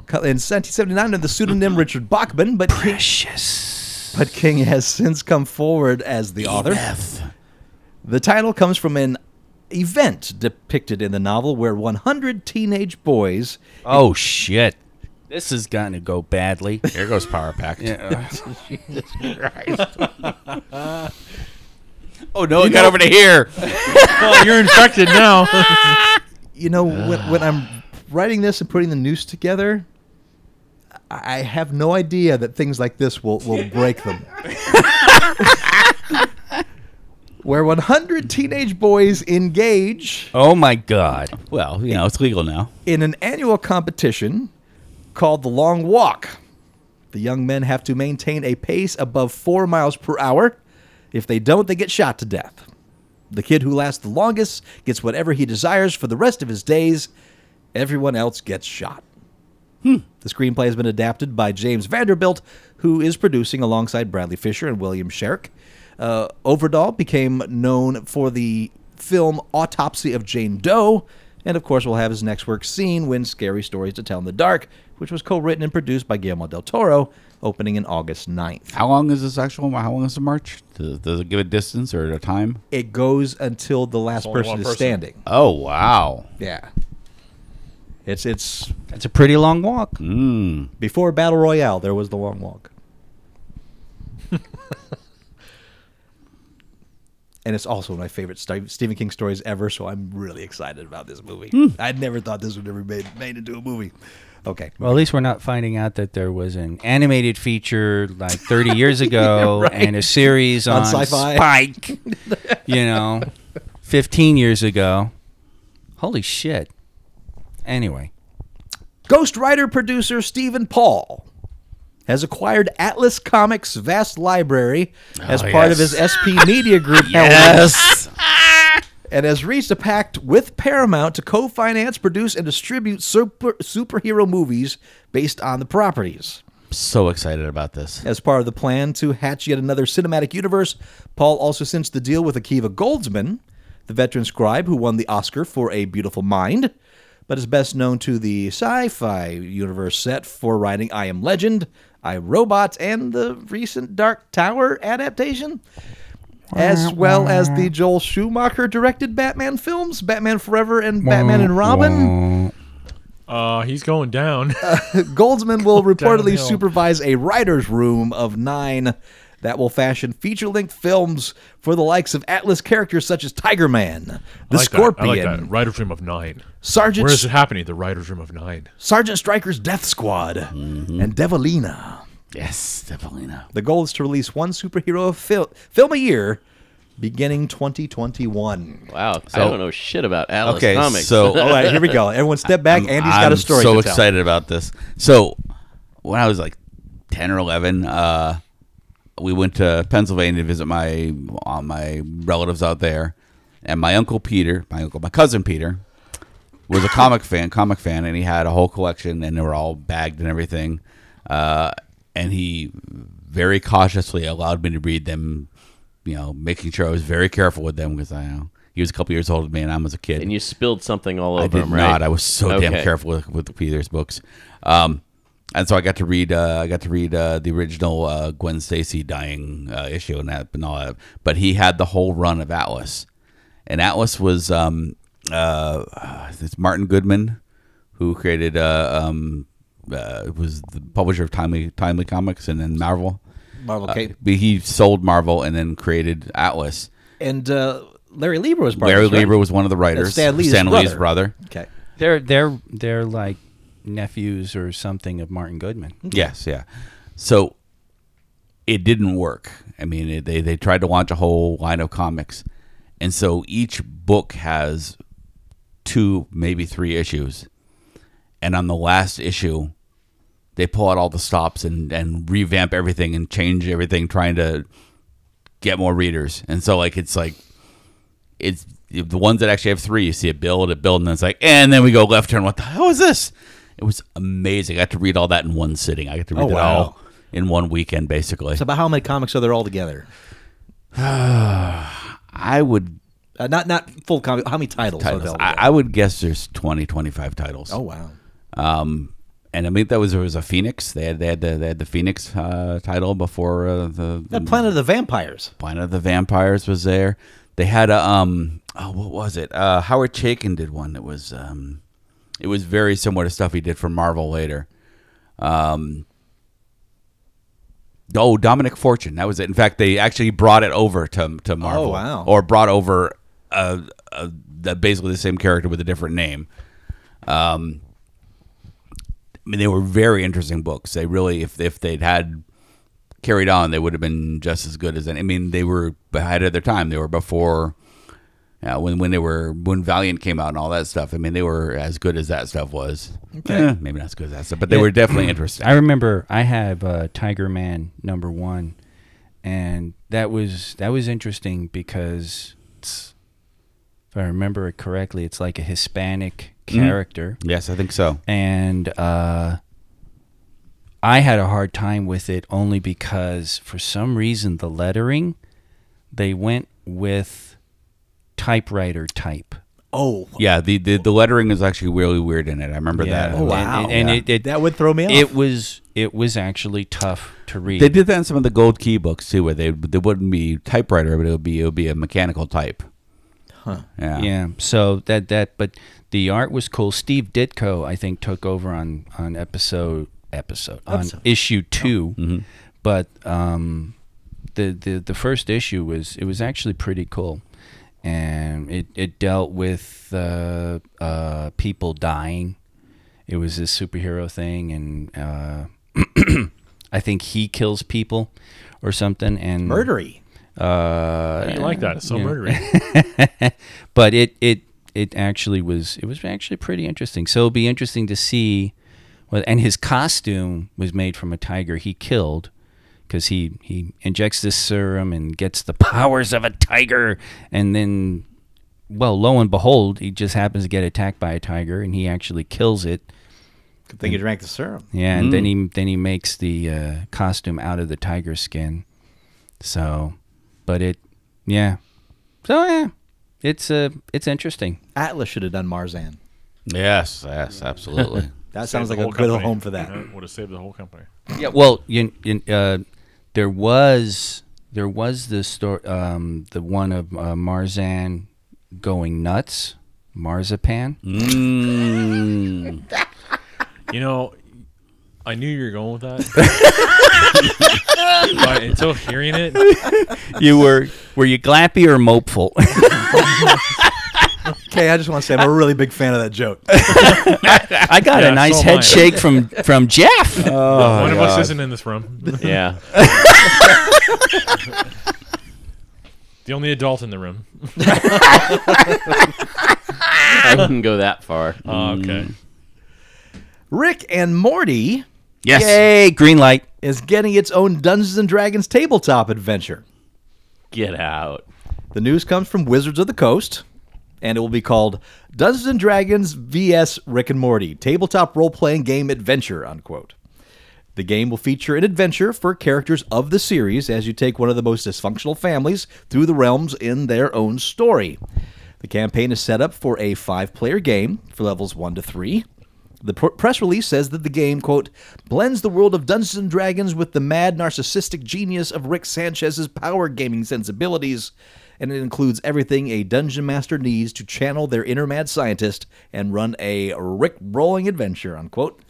Co- In 1779, under the pseudonym Richard Bachman, but King, but King has since come forward as the author. The title comes from an event depicted in the novel where 100 teenage boys
Oh shit. This is going to go badly.
Here goes Power Pack. oh no, it got over to here.
well, you're infected now.
you know, when, when I'm writing this and putting the news together, I I have no idea that things like this will, will break them. Where 100 teenage boys engage
Oh my god.
Well, you know, it's legal now.
in an annual competition called the Long Walk. The young men have to maintain a pace above four miles per hour. If they don't, they get shot to death. The kid who lasts the longest gets whatever he desires for the rest of his days. Everyone else gets shot. The screenplay has been adapted by James Vanderbilt, who is producing alongside Bradley Fisher and William Sherrick. Uh, Overdahl became known for the film Autopsy of Jane Doe, and of course, will have his next work seen when Scary Stories to Tell in the Dark, which was co written and produced by Guillermo del Toro, opening in August 9th.
How long is this actual? How long is the march? Does, does it give a distance or a time?
It goes until the last
only
person
one
is
person.
standing.
Oh wow.
Yeah. It's, it's
That's a pretty long walk.
Mm.
before Battle Royale, there was the long walk. and it's also one of my favorite Sti- Stephen King stories ever, so I'm really excited about this movie. I never thought this would ever be made, made into a movie. Okay.
Well, at least we're not finding out that there was an animated feature like 30 years ago and a series
On
on,
Sci-Fi.
Spike, you know, 15 years ago. Holy shit. Anyway,
Ghostwriter producer Stephen Paul has acquired Atlas Comics' vast library as
Oh,
part of
yes.
his SP Media Group. yes. And has reached a pact with Paramount to co-finance, produce, and distribute super, superhero movies based on the properties.
So excited about this.
As part of the plan to hatch yet another cinematic universe, Paul also cinched the deal with Akiva Goldsman, the veteran scribe who won the Oscar for A Beautiful Mind, but is best known to the sci fi universe set for writing I Am Legend, I Robot, and the recent Dark Tower adaptation. As well as the Joel Schumacher directed Batman films, Batman Forever and Batman and Robin.
Uh, he's going down.
Goldsman will reportedly
downhill.
supervise a writer's room of nine that will fashion feature length films for the likes of Atlas characters such as Tiger Man, The
I like that.
Scorpion,
I like that. Writer's Room of Nine.
Sergeant,
Where is it happening? The Writer's Room of Nine.
Sergeant Stryker's Death Squad,
Mm-hmm.
and Devilina.
Yes, Stepelina.
The goal is to release one superhero fil- film a year beginning 2021.
Wow, I don't know shit about Alice
Okay,
comics.
so
All right, here we go. Everyone step back. Andy's got a story
so
to tell.
excited about this. So when I was like ten or eleven, uh, we went to Pennsylvania to visit my uh, my relatives out there, and my uncle Peter, my uncle, my cousin Peter, was a comic fan, comic fan, and he had a whole collection, and they were all bagged and everything. Uh, and he very cautiously allowed me to read them, you know, making sure I was very careful with them because I know he was a couple years older than me, and I was a kid.
And you spilled something all over
I did
him, right?
not. I was so damn
Okay.
careful with, with Peter's books. Um, and so I got to read. Uh, I got to read uh, the original uh, Gwen Stacy dying uh, issue and that, and all that. But he had the whole run of Atlas, and Atlas was um, uh, it's Martin Goodman who created uh, um, uh, was the publisher of Timely Timely Comics and then Marvel.
Marvel
Uh,
Cape.
but he sold Marvel and then created Atlas.
and uh, Larry Lieber was part
Larry
of this, right?
Lieber was one of the writers.
Stan Lee's
Stan Lee's
brother.
brother.
Okay.
They're they're they're like nephews or something of Martin Goodman.
Yes, yeah. So it didn't work. I mean, it, they they tried to launch a whole line of comics, and so each book has two, maybe three issues, and on the last issue, they pull out all the stops and and revamp everything and change everything, trying to get more readers. And so like it's like it's the ones that actually have three. You see it build, it build, and it's like, and then we go left turn. What the hell is this? It was amazing. I got to read all that in one sitting. I got to read
Oh,
it
wow.
all in one weekend, basically.
So about how many comics are there altogether?
I would,
Uh, not not full comic. How many titles? are
titles,
there
I,
altogether?
I would guess there's 20, 25 titles.
oh wow.
and I mean that was there was a Phoenix. They had they had the, they had the Phoenix uh, title before uh, the,
That Planet of the Vampires.
Planet of the Vampires was there. They had a um oh what was it? Uh Howard Chaykin did one that was um it was very similar to stuff he did for Marvel later. Um Oh, Dominic Fortune. That was it. In fact, they actually brought it over to to Marvel.
wow.
Or brought over uh, uh the, basically the same character with a different name. Um, I mean, they were very interesting books. They really, if if they'd had carried on, they would have been just as good as any. I mean, they were ahead of their time. They were before uh, when when they were when Valiant came out and all that stuff. I mean, they were as good as that stuff was. Eh, maybe not as good as that stuff, but they
Yeah.
were definitely interesting.
I remember I have uh, Tiger Man number one, and that was that was interesting because it's, if I remember it correctly, it's like a Hispanic character,
yes, I think so.
and uh, I had a hard time with it only because for some reason the lettering they went with typewriter type.
Oh
Yeah, the, the the lettering is actually really weird in it. I remember that.
And-
wow.
and, and it, it,
That would throw me off.
It was it was actually tough to read.
They did that in some of the gold key books too, where they they wouldn't be typewriter, but it would be it would be a mechanical type. Huh. Yeah.
yeah so that that but the art was cool steve ditko i think took over on on episode episode on issue 2 but um the, the the first issue was it was actually pretty cool and it it dealt with uh uh people dying it was this superhero thing and uh i think he kills people or something and
murdery.
uh
I like that. It's so
Yeah.
murdery.
but it it it actually was it was actually pretty interesting. So it'll be interesting to see. Well, and his costume was made from a tiger he killed because he he injects this serum and gets the powers of a tiger, and then well, lo and behold, he just happens to get attacked by a tiger, and he actually kills it.
Good thing you drank the serum.
Yeah, and then he then he makes the uh, costume out of the tiger skin. So, but it, yeah. So yeah, it's uh, it's interesting.
Atlas should have done Marzan.
Yes. Yes. Absolutely.
That sounds like
The
a
whole
good
company. Mm-hmm.
home for that.
Yeah, Would have saved the whole company.
Yeah. Well, you, you, uh, there was there was the story, um, the one of uh, Marzan going nuts, Marzipan.
You know, I knew you were going with that. but until hearing it,
You were were you glappy or mopeful?
Okay, I just want to say I'm a really big fan of that joke.
I Uh, got
Yeah,
a nice
so am I.
head shake from from Jeff.
one of us isn't in this room.
Yeah.
the only adult in the room.
Mm.
I wouldn't go that far.
Oh, okay.
Rick and Morty
yes.
Yay, green light.
is getting its own Dungeons and Dragons tabletop adventure.
Get out.
The news comes from Wizards of the Coast, and it will be called Dungeons and Dragons vs. Rick and Morty Tabletop Role Playing Game Adventure, unquote. The game will feature an adventure for characters of the series as you take one of the most dysfunctional families through the realms in their own story. The campaign is set up for a five player game for levels 1 to 3. The pr- press release says that the game, quote, blends the world of Dungeons and Dragons with the mad narcissistic genius of Rick Sanchez's power gaming sensibilities, and it includes everything a dungeon master needs to channel their inner mad scientist and run a Rick rolling adventure, unquote.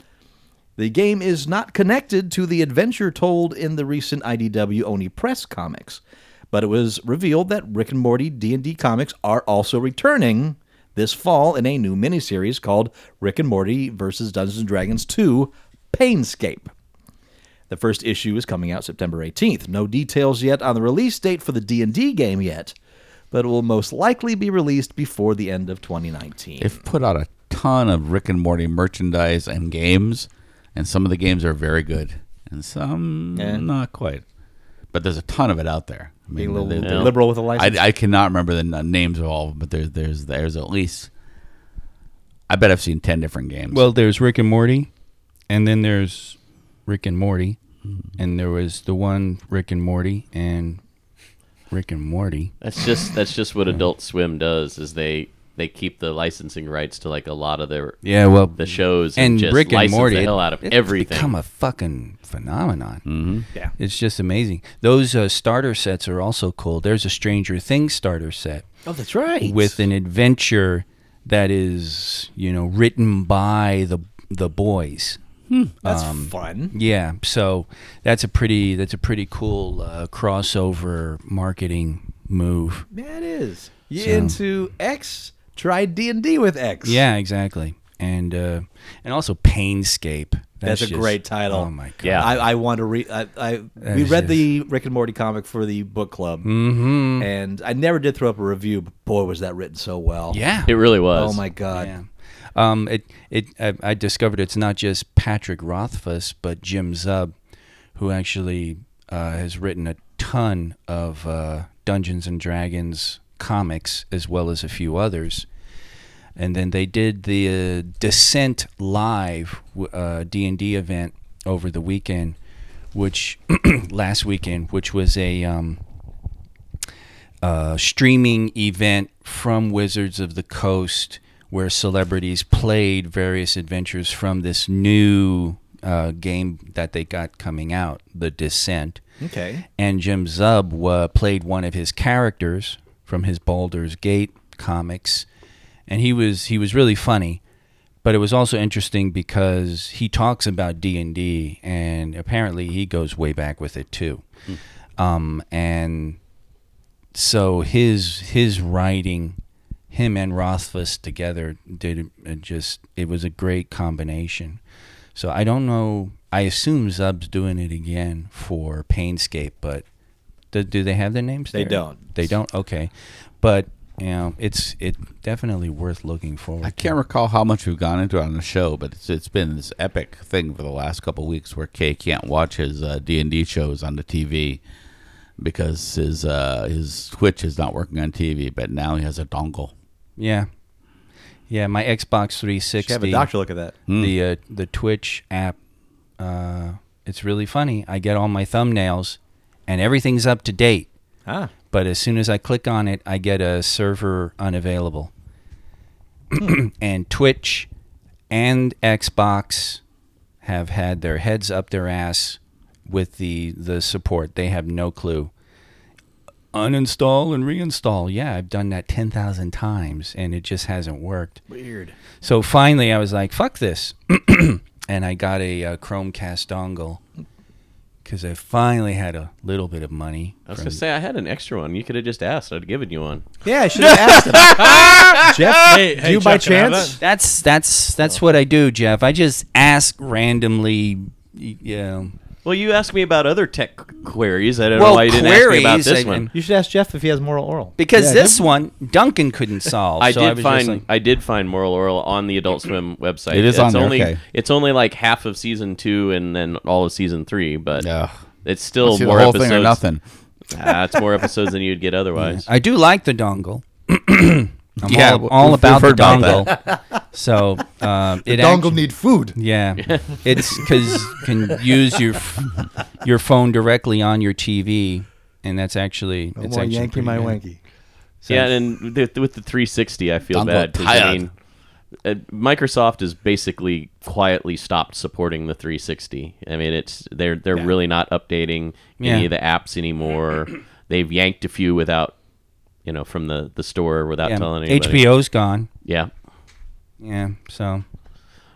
The game is not connected to the adventure told in the recent IDW Oni Press comics, but it was revealed that Rick and Morty D&D comics are also returning this fall in a new miniseries called Rick and Morty versus Dungeons and Dragons 2: Painscape. The first issue is coming out September 18th. No details yet on the release date for the D&D game yet, but it will most likely be released before the end of 2019.
They've put out a ton of Rick and Morty merchandise and games, and some of the games are very good, and some not quite. But there's a ton of it out there. I mean,
Being a
they-
little
they-
liberal with a license.
I, I cannot remember the n- names of all, of them, but there's there's there's at least. I bet I've seen ten different games.
Well, there's Rick and Morty, and then there's Rick and Morty, and there was the one Rick and Morty and Rick and Morty.
That's just that's just what Adult Swim does is they they keep the licensing rights to like a lot of their
Yeah, well,
the shows and,
and
just
Rick and
license
Morty
the hell
it-
out of
it's
everything.
become a fucking phenomenon. Mm-hmm. Yeah, it's just amazing. Those uh, starter sets are also cool. There's a Stranger Things starter set
oh, that's right.
with an adventure that is you know written by the the boys.
that's
um,
fun.
Yeah, so that's a pretty that's a pretty cool uh, crossover marketing move.
That is. You
So-
into X? Try D and D with X.
Yeah, exactly. And uh, and also Painscape.
that's, a
just-
great title.
Oh my god.
Yeah.
I, I want to read. I, I we
is
read the Rick and Morty comic for the book club, mm-hmm. and I never did throw up a review. But boy, was that written so well.
Yeah.
it really was.
Oh my god.
Yeah. Um, it it I, I discovered it's not just Patrick Rothfuss, but Jim Zub, who actually uh, has written a ton of uh, Dungeons and Dragons comics as well as a few others. And then they did the uh, Descent Live w- uh, D&D event over the weekend, which last weekend, which was a um, uh, streaming event from Wizards of the Coast where celebrities played various adventures from this new uh, game that they got coming out, The Descent.
Okay.
And Jim Zub wa played one of his characters from his Baldur's Gate comics, and he was he was really funny. But it was also interesting because he talks about D and D, and apparently he goes way back with it too. Um, and so his his writing, him and Rothfuss together did it just it was a great combination. So I don't know. I assume Zub's doing it again for Painscape, but do, do they have their names?
They
there?
don't.
They don't. Okay, but you know, it's it definitely worth looking forward.
I
to.
can't recall how much we've gone into it on the show, but it's it's been this epic thing for the last couple of weeks where Kay can't watch his uh, D and D shows on the TV because his uh, his Twitch is not working on TV. But now he has a dongle.
Yeah, yeah. My Xbox
Should have
360.
a doctor look at that.
the uh, the Twitch app. Uh, it's really funny. I get all my thumbnails, and everything's up to date.
Ah.
But as soon as I click on it, I get a server unavailable. and Twitch and Xbox have had their heads up their ass with the the support. They have no clue. Uninstall and reinstall. Yeah, I've done that ten thousand times, and it just hasn't worked.
Weird.
So finally, I was like, "Fuck this," and I got a uh, Chromecast dongle because I finally had a little bit of money.
I was
from-
gonna say I had an extra one. You could have just asked. I'd given you one.
Yeah, I should have asked him. Jeff,
Hey, hey,
do you by
Jeff, can I have
chance?
that?
that's that's that's what I do, Jeff. I just ask randomly. y- You know,
Well, you asked me about other tech qu- queries. I don't
Well,
know why you didn't ask me about
queries,
this
I-
one.
and-
You should ask Jeff if he has moral oral.
because this one Duncan couldn't solve.
I
so
did
was just
find
like-
I did find Moral Oral on the Adult Swim website.
It is
it's
on there,
only
okay.
it's only like half of season two and then all of season three, but
Ugh.
it's still
See the
more
whole
episodes.
thing or nothing.
Ah, it's more episodes than you'd get otherwise.
I do like the dongle. I'm
Yeah,
all,
we've-
all
we've
about the
heard about
dongle. so um, it
Dongle
actu-
need food.
Yeah, it's because can use your f- your phone directly on your TV, and that's actually
No
it's
more
actually
Oh, Yankee
pretty
my
good.
wanky.
yeah, and th- with the 360, I feel
Dongle
bad. 'cause, I
tired.
mean, uh, Microsoft has basically quietly stopped supporting the 360. I mean, it's they're they're really not updating any
Yeah.
of the apps anymore. They've yanked a few without, you know, from the, the store without
Yeah,
telling anybody.
HBO's gone.
Yeah.
Yeah, so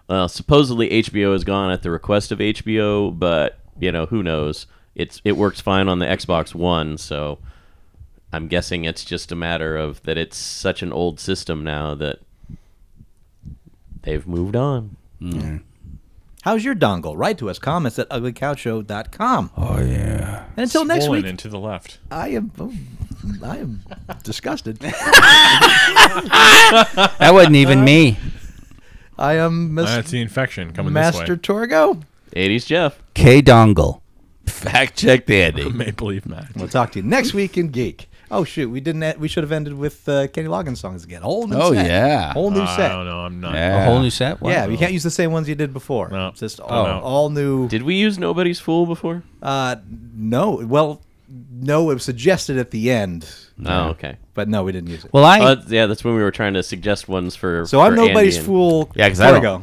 Well, Uh, supposedly HBO is gone at the request of HBO, but you know who knows? It's it works fine on the Xbox One, so I'm guessing it's just a matter of that it's such an old system now that they've moved on.
How's your dongle? Write to us. Comments at uglycouchshow.com. Oh, yeah. And until next
Swollen
week,
and to the left.
I am, oh, I am disgusted.
that wasn't even me.
I am Mr.
That's the infection coming
Master
this
Torgo.
80s Jeff.
K dongle.
Fact check the Andy.
way. May believe Matt.
We'll talk to you next week in Geek. Oh shoot, we didn't. End, we should have ended with uh, Kenny Loggins songs again. Whole new
Oh,
set.
yeah.
whole new
I
set.
don't know. I'm not.
A whole new set. Wow.
Yeah, you can't use the same ones you did before.
No.
It's just all,
no.
all new.
Did we use Nobody's Fool before?
Uh, no, well, no, it was suggested at the end,
No. Oh, okay.
but no, we didn't use it.
Well, I
Oh, that's- yeah, that's when we were trying to suggest ones for.
so I'm
for Andy
nobody's
and-
fool.
Yeah, 'cause I don't-
Torgo.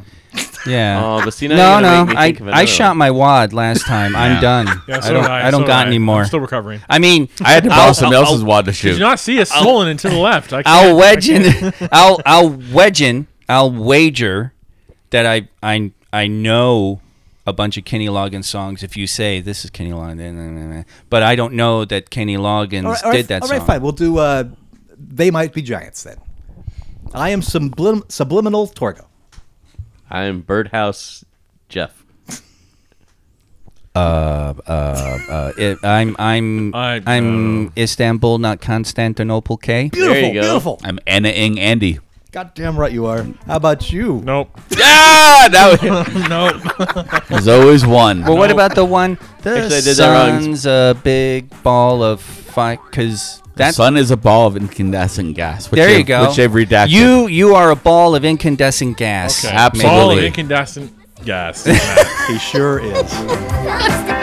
yeah.
Oh, but see, now
no,
you're gonna
no,
make me
I
think of
I
another
shot
one.
my wad last time. I'm done.
Yeah, so
I don't
did
I don't
so did
got
I.
any more.
I'm still recovering.
I mean,
I had to borrow
I'll-
someone else's wad to shoot.
Did you not see a swollen and to the left? I can't-
I'll wedge
I
in.
can't-
I'll I'll wedge in. I'll wager that I I I know a bunch of Kenny Loggins songs. If you say this is Kenny Loggins, but I don't know that Kenny Loggins
All right, all right,
did that
all
song.
right, fine. We'll do. Uh, they might be giants then. I am sublim- subliminal Torgo.
I'm Birdhouse Jeff.
Uh, it- I'm I'm
I-
I'm Istanbul, not Constantinople. K.
Beautiful,
you go.
beautiful.
I'm Anna Ing Andy.
God damn right you are. How about you?
Nope.
Yeah, that was,
Nope.
there's always one.
Well, what about the one? The
Actually, I did that wrong.
sun's a big ball of fire. Because
The
that's
sun is a ball of incandescent gas. Which
there you
they've-
go.
Which they've redacted.
You you are a ball of incandescent gas.
Okay.
Absolutely.
Ball of incandescent gas.
He sure is.
Monster